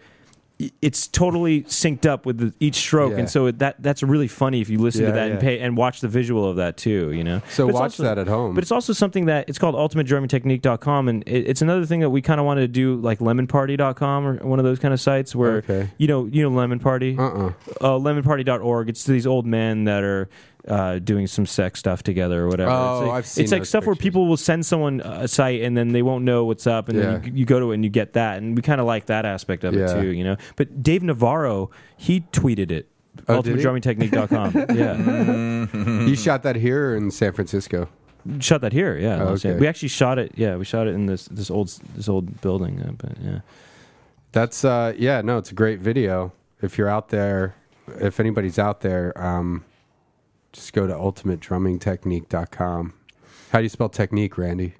Speaker 3: it's totally synced up with the, each stroke,
Speaker 4: Yeah.
Speaker 3: and so it, that that's really funny if you listen to
Speaker 4: Yeah,
Speaker 3: that and
Speaker 4: yeah.
Speaker 3: pay and watch the visual of that too, you know.
Speaker 4: So
Speaker 3: But it's
Speaker 4: watch that at home.
Speaker 3: But it's also something that it's called ultimatedrummingtechnique.com, and it, it's another thing that we kind of wanted to do like lemonparty.com or one of those kind of sites where
Speaker 4: Okay.
Speaker 3: you know you know lemon party
Speaker 4: Uh-uh.
Speaker 3: uh, lemonparty.org. It's these old men that are uh, doing some sex stuff together or whatever.
Speaker 4: Oh,
Speaker 3: it's like,
Speaker 4: I've seen
Speaker 3: It's like
Speaker 4: those
Speaker 3: stuff where
Speaker 4: pictures.
Speaker 3: people will send someone a site and then they won't know what's up, and then
Speaker 4: Yeah.
Speaker 3: you, you go to it and you get that, and we kind of like that aspect of
Speaker 4: Yeah.
Speaker 3: it too, you know. But Dave Navarro, he tweeted it.
Speaker 4: Oh, did he?
Speaker 3: UltimateDrummingTechnique.com. yeah, Mm.
Speaker 4: you shot that here or in San Francisco.
Speaker 3: shot that here. Yeah,
Speaker 4: Oh,
Speaker 3: Los Angeles.
Speaker 4: okay.
Speaker 3: we actually shot it. Yeah, we shot it in this this old this old building. Uh, but yeah,
Speaker 4: That's uh yeah, no, it's a great video. If you're out there, if anybody's out there, um just go to ultimatedrummingtechnique.com. How do you spell technique, Randy?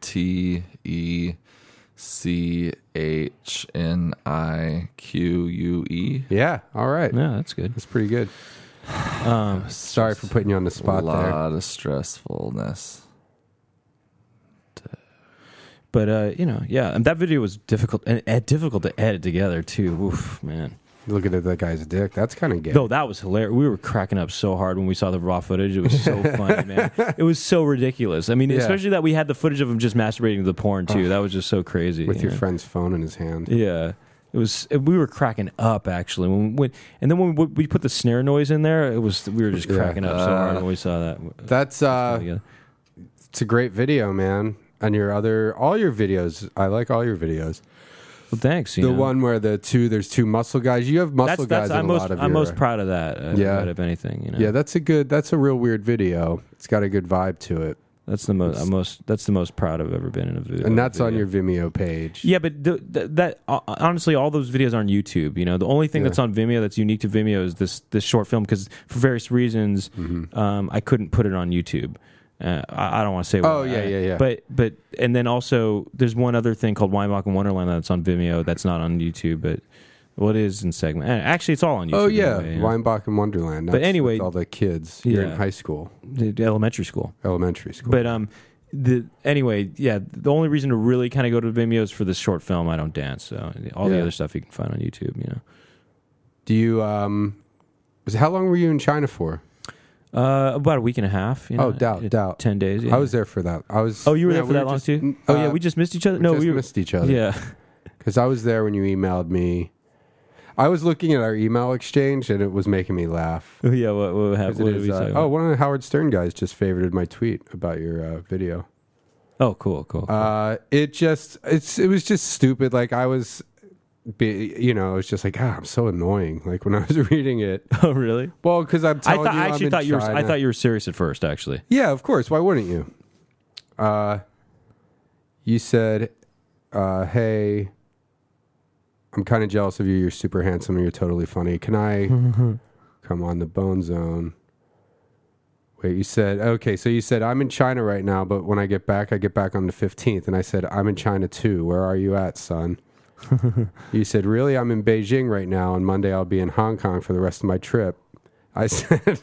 Speaker 2: T E C H N I Q U E.
Speaker 4: Yeah, all right.
Speaker 3: yeah, that's good.
Speaker 4: That's pretty good. Um, Sorry for putting you on the
Speaker 2: A
Speaker 4: spot there.
Speaker 2: lot of stressfulness.
Speaker 3: But uh, you know, yeah, and that video was difficult and, and difficult to edit together too. Oof, man.
Speaker 4: Looking at that guy's dick. That's kind of gay.
Speaker 3: No, that was hilarious. We were cracking up so hard when we saw the raw footage. It was so funny, man. It was so ridiculous. I mean,
Speaker 4: Yeah.
Speaker 3: especially that we had the footage of him just masturbating to the porn too. that was just so crazy.
Speaker 4: With
Speaker 3: you
Speaker 4: your
Speaker 3: know?
Speaker 4: friend's phone in his hand.
Speaker 3: Yeah. It was it- we were cracking up actually when, when and then when we, we put the snare noise in there it was we were just
Speaker 4: Yeah.
Speaker 3: cracking up so hard when we saw that.
Speaker 4: That's uh
Speaker 3: Yeah.
Speaker 4: it's a great video, man. And your other all your videos. I like all your videos.
Speaker 3: Well, thanks. you
Speaker 4: The
Speaker 3: know.
Speaker 4: one where the two there's two muscle guys. You have
Speaker 3: that's
Speaker 4: muscle
Speaker 3: that's
Speaker 4: guys in
Speaker 3: I'm
Speaker 4: a
Speaker 3: most
Speaker 4: lot of
Speaker 3: I'm
Speaker 4: your
Speaker 3: most proud of that. Uh,
Speaker 4: Yeah.
Speaker 3: out of anything, you know.
Speaker 4: Yeah, that's a good that's a real weird video. It's got a good vibe to it.
Speaker 3: that's the most I'm most that's the most proud I've ever been in a video.
Speaker 4: And that's on
Speaker 3: video.
Speaker 4: your Vimeo page.
Speaker 3: Yeah, but th- th- that uh, honestly, all those videos are on YouTube. You know, the only thing
Speaker 4: Yeah.
Speaker 3: that's on Vimeo that's unique to Vimeo is this this short film because for various reasons,
Speaker 4: Mm-hmm.
Speaker 3: um, I couldn't put it on YouTube. Uh, I, I don't want to say.
Speaker 4: Oh,
Speaker 3: why.
Speaker 4: yeah, yeah, yeah.
Speaker 3: But but and then also there's one other thing called Weinbach and Wonderland that's on Vimeo that's not on YouTube, but well, it is in segment. uh, Actually, it's all on YouTube.
Speaker 4: Oh yeah,
Speaker 3: anyway,
Speaker 4: Weinbach and Wonderland.
Speaker 3: But
Speaker 4: That's
Speaker 3: anyway-
Speaker 4: with all the kids. You're in
Speaker 3: Yeah.
Speaker 4: high school,
Speaker 3: The- the elementary school.
Speaker 4: elementary school.
Speaker 3: But um, the anyway, yeah. The only reason to really kind of go to Vimeo is for this short film. I don't dance, so all the
Speaker 4: Yeah.
Speaker 3: other stuff you can find on YouTube. You know.
Speaker 4: do you um? Was, how long were you in China for?
Speaker 3: Uh, about a week and a half. You know,
Speaker 4: Oh, doubt,
Speaker 3: it-
Speaker 4: doubt.
Speaker 3: Ten days. Yeah.
Speaker 4: I was there for that. I was.
Speaker 3: Oh, you were
Speaker 4: yeah,
Speaker 3: there for
Speaker 4: we
Speaker 3: that
Speaker 4: were
Speaker 3: long
Speaker 4: just-
Speaker 3: too.
Speaker 4: uh,
Speaker 3: oh yeah, we just missed each other.
Speaker 4: we
Speaker 3: No,
Speaker 4: just
Speaker 3: we were,
Speaker 4: missed each other.
Speaker 3: Yeah,
Speaker 4: because I was there when you emailed me. I was looking at our email exchange and it was making me laugh.
Speaker 3: Oh, yeah. What, what happened?
Speaker 4: 'Cause it
Speaker 3: What did
Speaker 4: is,
Speaker 3: we
Speaker 4: uh,
Speaker 3: say?
Speaker 4: oh, one of the Howard Stern guys just favorited my tweet about your uh, video.
Speaker 3: oh, cool, cool. cool.
Speaker 4: Uh, it just it's it was just stupid. Like I was, be, you know, it's just like ah, I'm so annoying. Like when I was reading it,
Speaker 3: oh, really?
Speaker 4: well, because I'm
Speaker 3: I
Speaker 4: telling
Speaker 3: thought
Speaker 4: you,
Speaker 3: I actually
Speaker 4: I'm in
Speaker 3: thought you were. I
Speaker 4: China.
Speaker 3: thought you were serious at first. Actually,
Speaker 4: Yeah, of course. Why wouldn't you? Uh, you said, uh, "Hey, I'm kind of jealous of you. You're super handsome and you're totally funny. Can I come on the Bone Zone?" Wait, you said okay. So you said I'm in China right now, but when I get back, I get back on the 15th, and I said I'm in China too. Where are you at, son? you said really, I'm in Beijing right now, and Monday I'll be in Hong Kong for the rest of my trip. I said,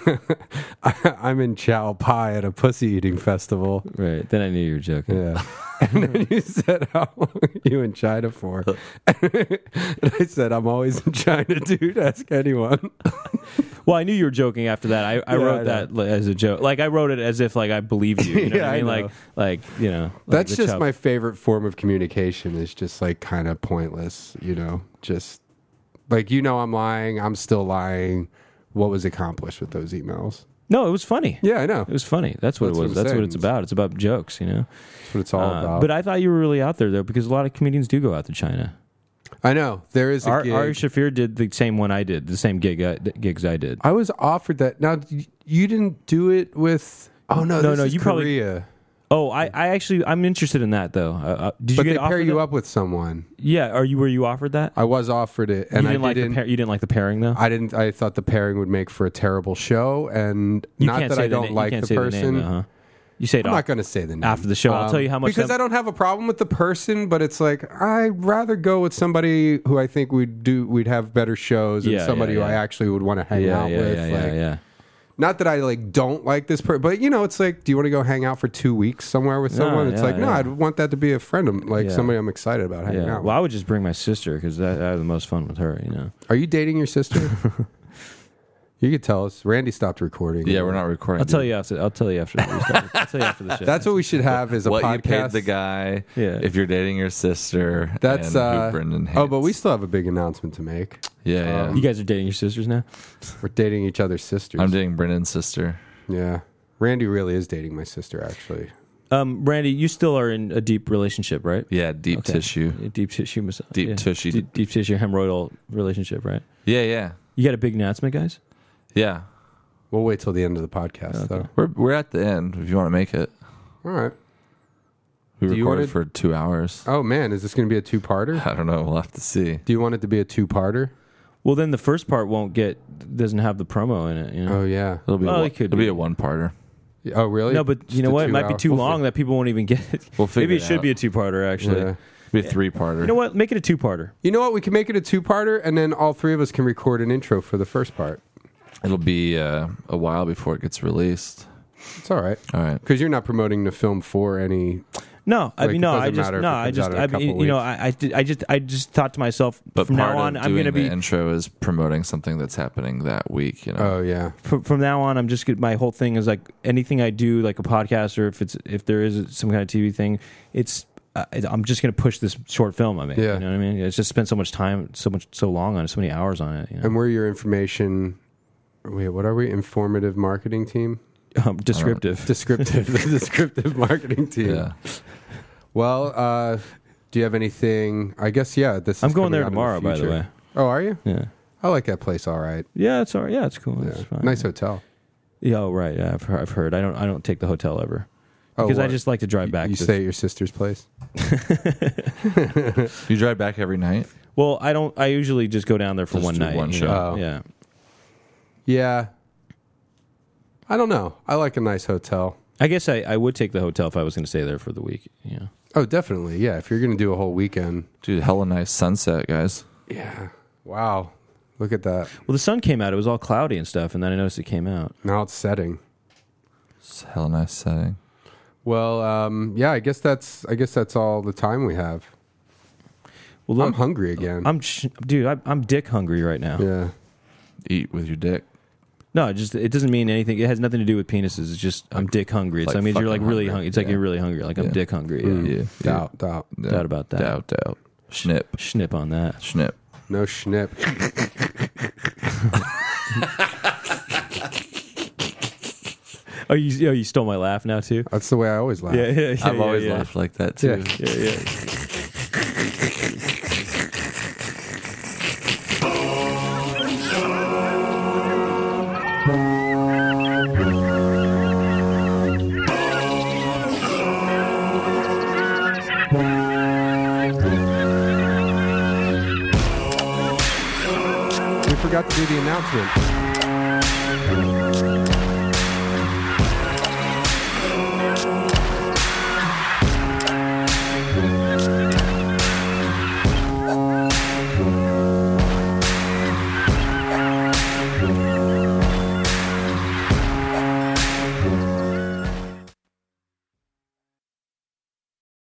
Speaker 4: I'm in Chow Pai at a pussy eating festival.
Speaker 3: right. Then I knew you were joking.
Speaker 4: Yeah. and then you said, How long are you in China for? and I said, I'm always in China, dude. Ask anyone.
Speaker 3: Well, I knew you were joking after that. I, I
Speaker 4: Yeah,
Speaker 3: wrote
Speaker 4: I know.
Speaker 3: that li- as a joke. Like I wrote it as if like I believed you. You know
Speaker 4: Yeah,
Speaker 3: what I
Speaker 4: I
Speaker 3: mean?
Speaker 4: know.
Speaker 3: Like like you know. like
Speaker 4: That's
Speaker 3: the
Speaker 4: just
Speaker 3: chub-
Speaker 4: my favorite form of communication, is just like kind of pointless, you know? Just like, you know, I'm lying. I'm still lying. What was accomplished with those emails?
Speaker 3: No, it was funny.
Speaker 4: Yeah, I know.
Speaker 3: It was funny. That's what
Speaker 4: That's
Speaker 3: it
Speaker 4: what
Speaker 3: was.
Speaker 4: I'm
Speaker 3: That's what
Speaker 4: saying.
Speaker 3: it's about. It's about jokes, you know.
Speaker 4: That's what it's all
Speaker 3: Uh,
Speaker 4: about.
Speaker 3: but I thought you were really out there though, because a lot of comedians do go out to China.
Speaker 4: I know. There is a
Speaker 3: Ar-
Speaker 4: gig.
Speaker 3: Ari Shafir did the same one I did, the same gig I, th- gigs I did.
Speaker 4: I was offered that. Now y- you didn't do it with. Oh no,
Speaker 3: No,
Speaker 4: this
Speaker 3: no,
Speaker 4: is
Speaker 3: you probably-
Speaker 4: Korea.
Speaker 3: Oh, I, I actually I'm interested in that though. Uh, uh, did
Speaker 4: But
Speaker 3: you
Speaker 4: they
Speaker 3: get
Speaker 4: pair
Speaker 3: offered
Speaker 4: you
Speaker 3: that?
Speaker 4: up with someone.
Speaker 3: Yeah, are you were you offered that?
Speaker 4: I was offered it, and
Speaker 3: you didn't
Speaker 4: I
Speaker 3: like
Speaker 4: didn't.
Speaker 3: the pair you didn't like the pairing though.
Speaker 4: I didn't. I thought the pairing would make for a terrible show, and
Speaker 3: you
Speaker 4: not
Speaker 3: can't
Speaker 4: that
Speaker 3: say
Speaker 4: I
Speaker 3: the
Speaker 4: don't
Speaker 3: na- you
Speaker 4: like
Speaker 3: can't
Speaker 4: the
Speaker 3: say
Speaker 4: person.
Speaker 3: name, though, huh? You say it
Speaker 4: I'm
Speaker 3: off-
Speaker 4: not going to say the name
Speaker 3: after the show. I'll tell you how much
Speaker 4: because
Speaker 3: that-
Speaker 4: I don't have a problem with the person, but it's like I'd rather go with somebody who I think would do we'd have better shows
Speaker 3: Yeah,
Speaker 4: and somebody
Speaker 3: yeah,
Speaker 4: who I
Speaker 3: yeah.
Speaker 4: actually would want to hang
Speaker 3: Yeah,
Speaker 4: out
Speaker 3: yeah,
Speaker 4: with.
Speaker 3: yeah,
Speaker 4: like,
Speaker 3: yeah, yeah.
Speaker 4: Not that I like don't like this person, but you know, it's like, do you want to go hang out for two weeks somewhere with
Speaker 3: No,
Speaker 4: someone? it's
Speaker 3: yeah,
Speaker 4: like, no,
Speaker 3: yeah.
Speaker 4: I'd want that to be a friend, of, like
Speaker 3: Yeah.
Speaker 4: somebody I'm excited about hanging
Speaker 3: Yeah.
Speaker 4: out.
Speaker 3: Well, I would just bring my sister because I have the most fun with her. You know.
Speaker 4: with. Are you dating your sister? you could tell us. Randy stopped recording.
Speaker 2: Yeah, we're not recording.
Speaker 3: I'll tell
Speaker 2: dude.
Speaker 3: you after. I'll tell you after. we start. I'll tell you after the show.
Speaker 4: That's what we should have is a
Speaker 2: what
Speaker 4: podcast.
Speaker 2: you paid the guy.
Speaker 3: Yeah.
Speaker 2: If you're dating your sister.
Speaker 4: That's
Speaker 2: and who
Speaker 4: uh,
Speaker 2: Brendan.
Speaker 4: oh, but
Speaker 2: hates.
Speaker 4: we still have a big announcement to make.
Speaker 2: Yeah, yeah.
Speaker 3: you guys are dating your sisters now.
Speaker 4: We're dating each other's sisters.
Speaker 2: I'm dating Brendan's sister.
Speaker 4: Yeah. Randy really is dating my sister, actually.
Speaker 3: Um, Randy, you still are in a deep relationship, right?
Speaker 2: Yeah, deep
Speaker 3: Okay.
Speaker 2: tissue.
Speaker 3: Yeah, Deep tissue. Mas-
Speaker 2: Deep
Speaker 3: yeah.
Speaker 2: tissue.
Speaker 3: Deep, deep tissue hemorrhoidal relationship, right?
Speaker 2: Yeah, yeah,
Speaker 3: You got a big announcement, guys.
Speaker 2: yeah.
Speaker 4: We'll wait till the end of the podcast,
Speaker 2: We're we're at the end. If you want to make it,
Speaker 4: though. All right.
Speaker 2: we
Speaker 4: Do you
Speaker 2: recorded for
Speaker 4: wanna-
Speaker 2: two hours.
Speaker 4: Oh, man. Is this going to be a two parter?
Speaker 2: I don't know. We'll have to see.
Speaker 4: Do you want it to be a two parter?
Speaker 3: Well, then the first part won't get doesn't have the promo in it. You know?
Speaker 4: Oh, yeah.
Speaker 2: It'll be
Speaker 3: Well,
Speaker 2: a, one-
Speaker 3: it could
Speaker 2: it'll
Speaker 3: be.
Speaker 2: be a one parter.
Speaker 4: Oh, really?
Speaker 3: no, but you
Speaker 4: Just
Speaker 3: know
Speaker 4: a
Speaker 3: what? It might be
Speaker 4: two-hour-
Speaker 3: too
Speaker 4: We'll
Speaker 3: long
Speaker 4: fi-
Speaker 3: that people won't even get it.
Speaker 2: We'll
Speaker 3: Maybe
Speaker 2: figure
Speaker 3: it
Speaker 2: it
Speaker 3: should
Speaker 2: out.
Speaker 3: be a two parter. Actually,
Speaker 4: Yeah.
Speaker 2: Be a three parter.
Speaker 3: you know what? Make it a two parter.
Speaker 4: You know what? We can make it a two parter, and then all three of us can record an intro for the first part.
Speaker 2: It'll be uh, a while before it gets released.
Speaker 4: It's all right.
Speaker 2: All right.
Speaker 4: Because you're not promoting the film for any.
Speaker 3: No, I
Speaker 4: Like,
Speaker 3: mean,
Speaker 4: it
Speaker 3: no, I
Speaker 4: doesn't
Speaker 3: just,
Speaker 4: matter if
Speaker 3: no,
Speaker 4: it
Speaker 3: I
Speaker 4: comes
Speaker 3: just,
Speaker 4: out in a
Speaker 3: I mean,
Speaker 4: couple
Speaker 3: you know,
Speaker 4: weeks.
Speaker 3: I, I, did- I just, I just thought to myself,
Speaker 2: But
Speaker 3: from
Speaker 2: part
Speaker 3: now on,
Speaker 2: of
Speaker 3: I'm
Speaker 2: doing
Speaker 3: gonna
Speaker 2: the
Speaker 3: be,
Speaker 2: intro is promoting something that's happening that week. You know.
Speaker 4: Oh, yeah.
Speaker 3: from, from now on, I'm just, gonna- my whole thing is like anything I do, like a podcast or if it's, if there is some kind of TV thing, it's, uh, I'm just gonna push this short film I made.
Speaker 4: Yeah.
Speaker 3: You know what I mean? It's just spent so much time, so much, so long on it, so many hours on it. You know?
Speaker 4: And we're your information. Wait, what are we? Informative marketing team?
Speaker 3: um, descriptive.
Speaker 4: Descriptive. the descriptive marketing team.
Speaker 2: Yeah.
Speaker 4: Well, uh, do you have anything? I guess yeah. This is
Speaker 3: I'm going
Speaker 4: coming
Speaker 3: there
Speaker 4: out in
Speaker 3: tomorrow, by the
Speaker 4: future.
Speaker 3: way.
Speaker 4: Oh, are you?
Speaker 3: Yeah.
Speaker 4: I like that place. All right.
Speaker 3: Yeah, it's all right. Yeah, it's cool.
Speaker 4: Yeah.
Speaker 3: It's fine.
Speaker 4: Nice hotel.
Speaker 3: Yeah, oh, right. Yeah, I've, heard- I've heard. I don't. I don't take the hotel ever
Speaker 4: Oh,
Speaker 3: because I
Speaker 4: what?
Speaker 3: just like to drive back.
Speaker 4: You
Speaker 3: to-
Speaker 4: stay at your sister's place.
Speaker 2: You drive back every night.
Speaker 3: Well, I don't. I usually just go down there for
Speaker 2: Just
Speaker 3: one
Speaker 2: do
Speaker 3: night.
Speaker 2: one
Speaker 3: you
Speaker 2: show.
Speaker 3: know?
Speaker 4: Oh.
Speaker 3: Yeah.
Speaker 4: Yeah. I don't know. I like a nice hotel.
Speaker 3: I guess I, I would take the hotel if I was going to stay there for the week. Yeah.
Speaker 4: Oh, definitely. Yeah. If you're going to do a whole weekend.
Speaker 2: Dude, hella nice sunset, guys.
Speaker 4: Yeah. Wow. Look at that.
Speaker 3: Well, the sun came out. It was all cloudy and stuff, and then I noticed it came out.
Speaker 4: Now it's setting.
Speaker 2: It's a hella nice setting.
Speaker 4: Well, um, yeah. I guess that's. I guess that's all the time we have.
Speaker 3: Well, look,
Speaker 4: I'm hungry again.
Speaker 3: I'm sh- dude. I, I'm dick hungry right now.
Speaker 4: yeah.
Speaker 2: Eat with your dick.
Speaker 3: No, it just it doesn't mean anything. It has nothing to do with penises. It's just I'm dick hungry. It's,
Speaker 2: like
Speaker 3: that means you're like
Speaker 2: fucking
Speaker 3: really
Speaker 2: hungry.
Speaker 3: hungry. It's like you're really hungry. Like I'm
Speaker 2: Yeah.
Speaker 3: dick hungry. Yeah.
Speaker 2: Yeah.
Speaker 4: Doubt. Doubt.
Speaker 2: Yeah.
Speaker 3: Doubt about that.
Speaker 2: Doubt. Doubt. Snip.
Speaker 3: Snip on that.
Speaker 2: Snip.
Speaker 4: No schnip.
Speaker 3: Oh, you oh, you stole my laugh now too.
Speaker 4: That's the way I always laugh.
Speaker 3: Yeah, yeah, yeah.
Speaker 2: I've always
Speaker 3: yeah,
Speaker 2: laughed like that too.
Speaker 4: Yeah.
Speaker 3: Yeah, yeah.
Speaker 4: We forgot to do the announcement.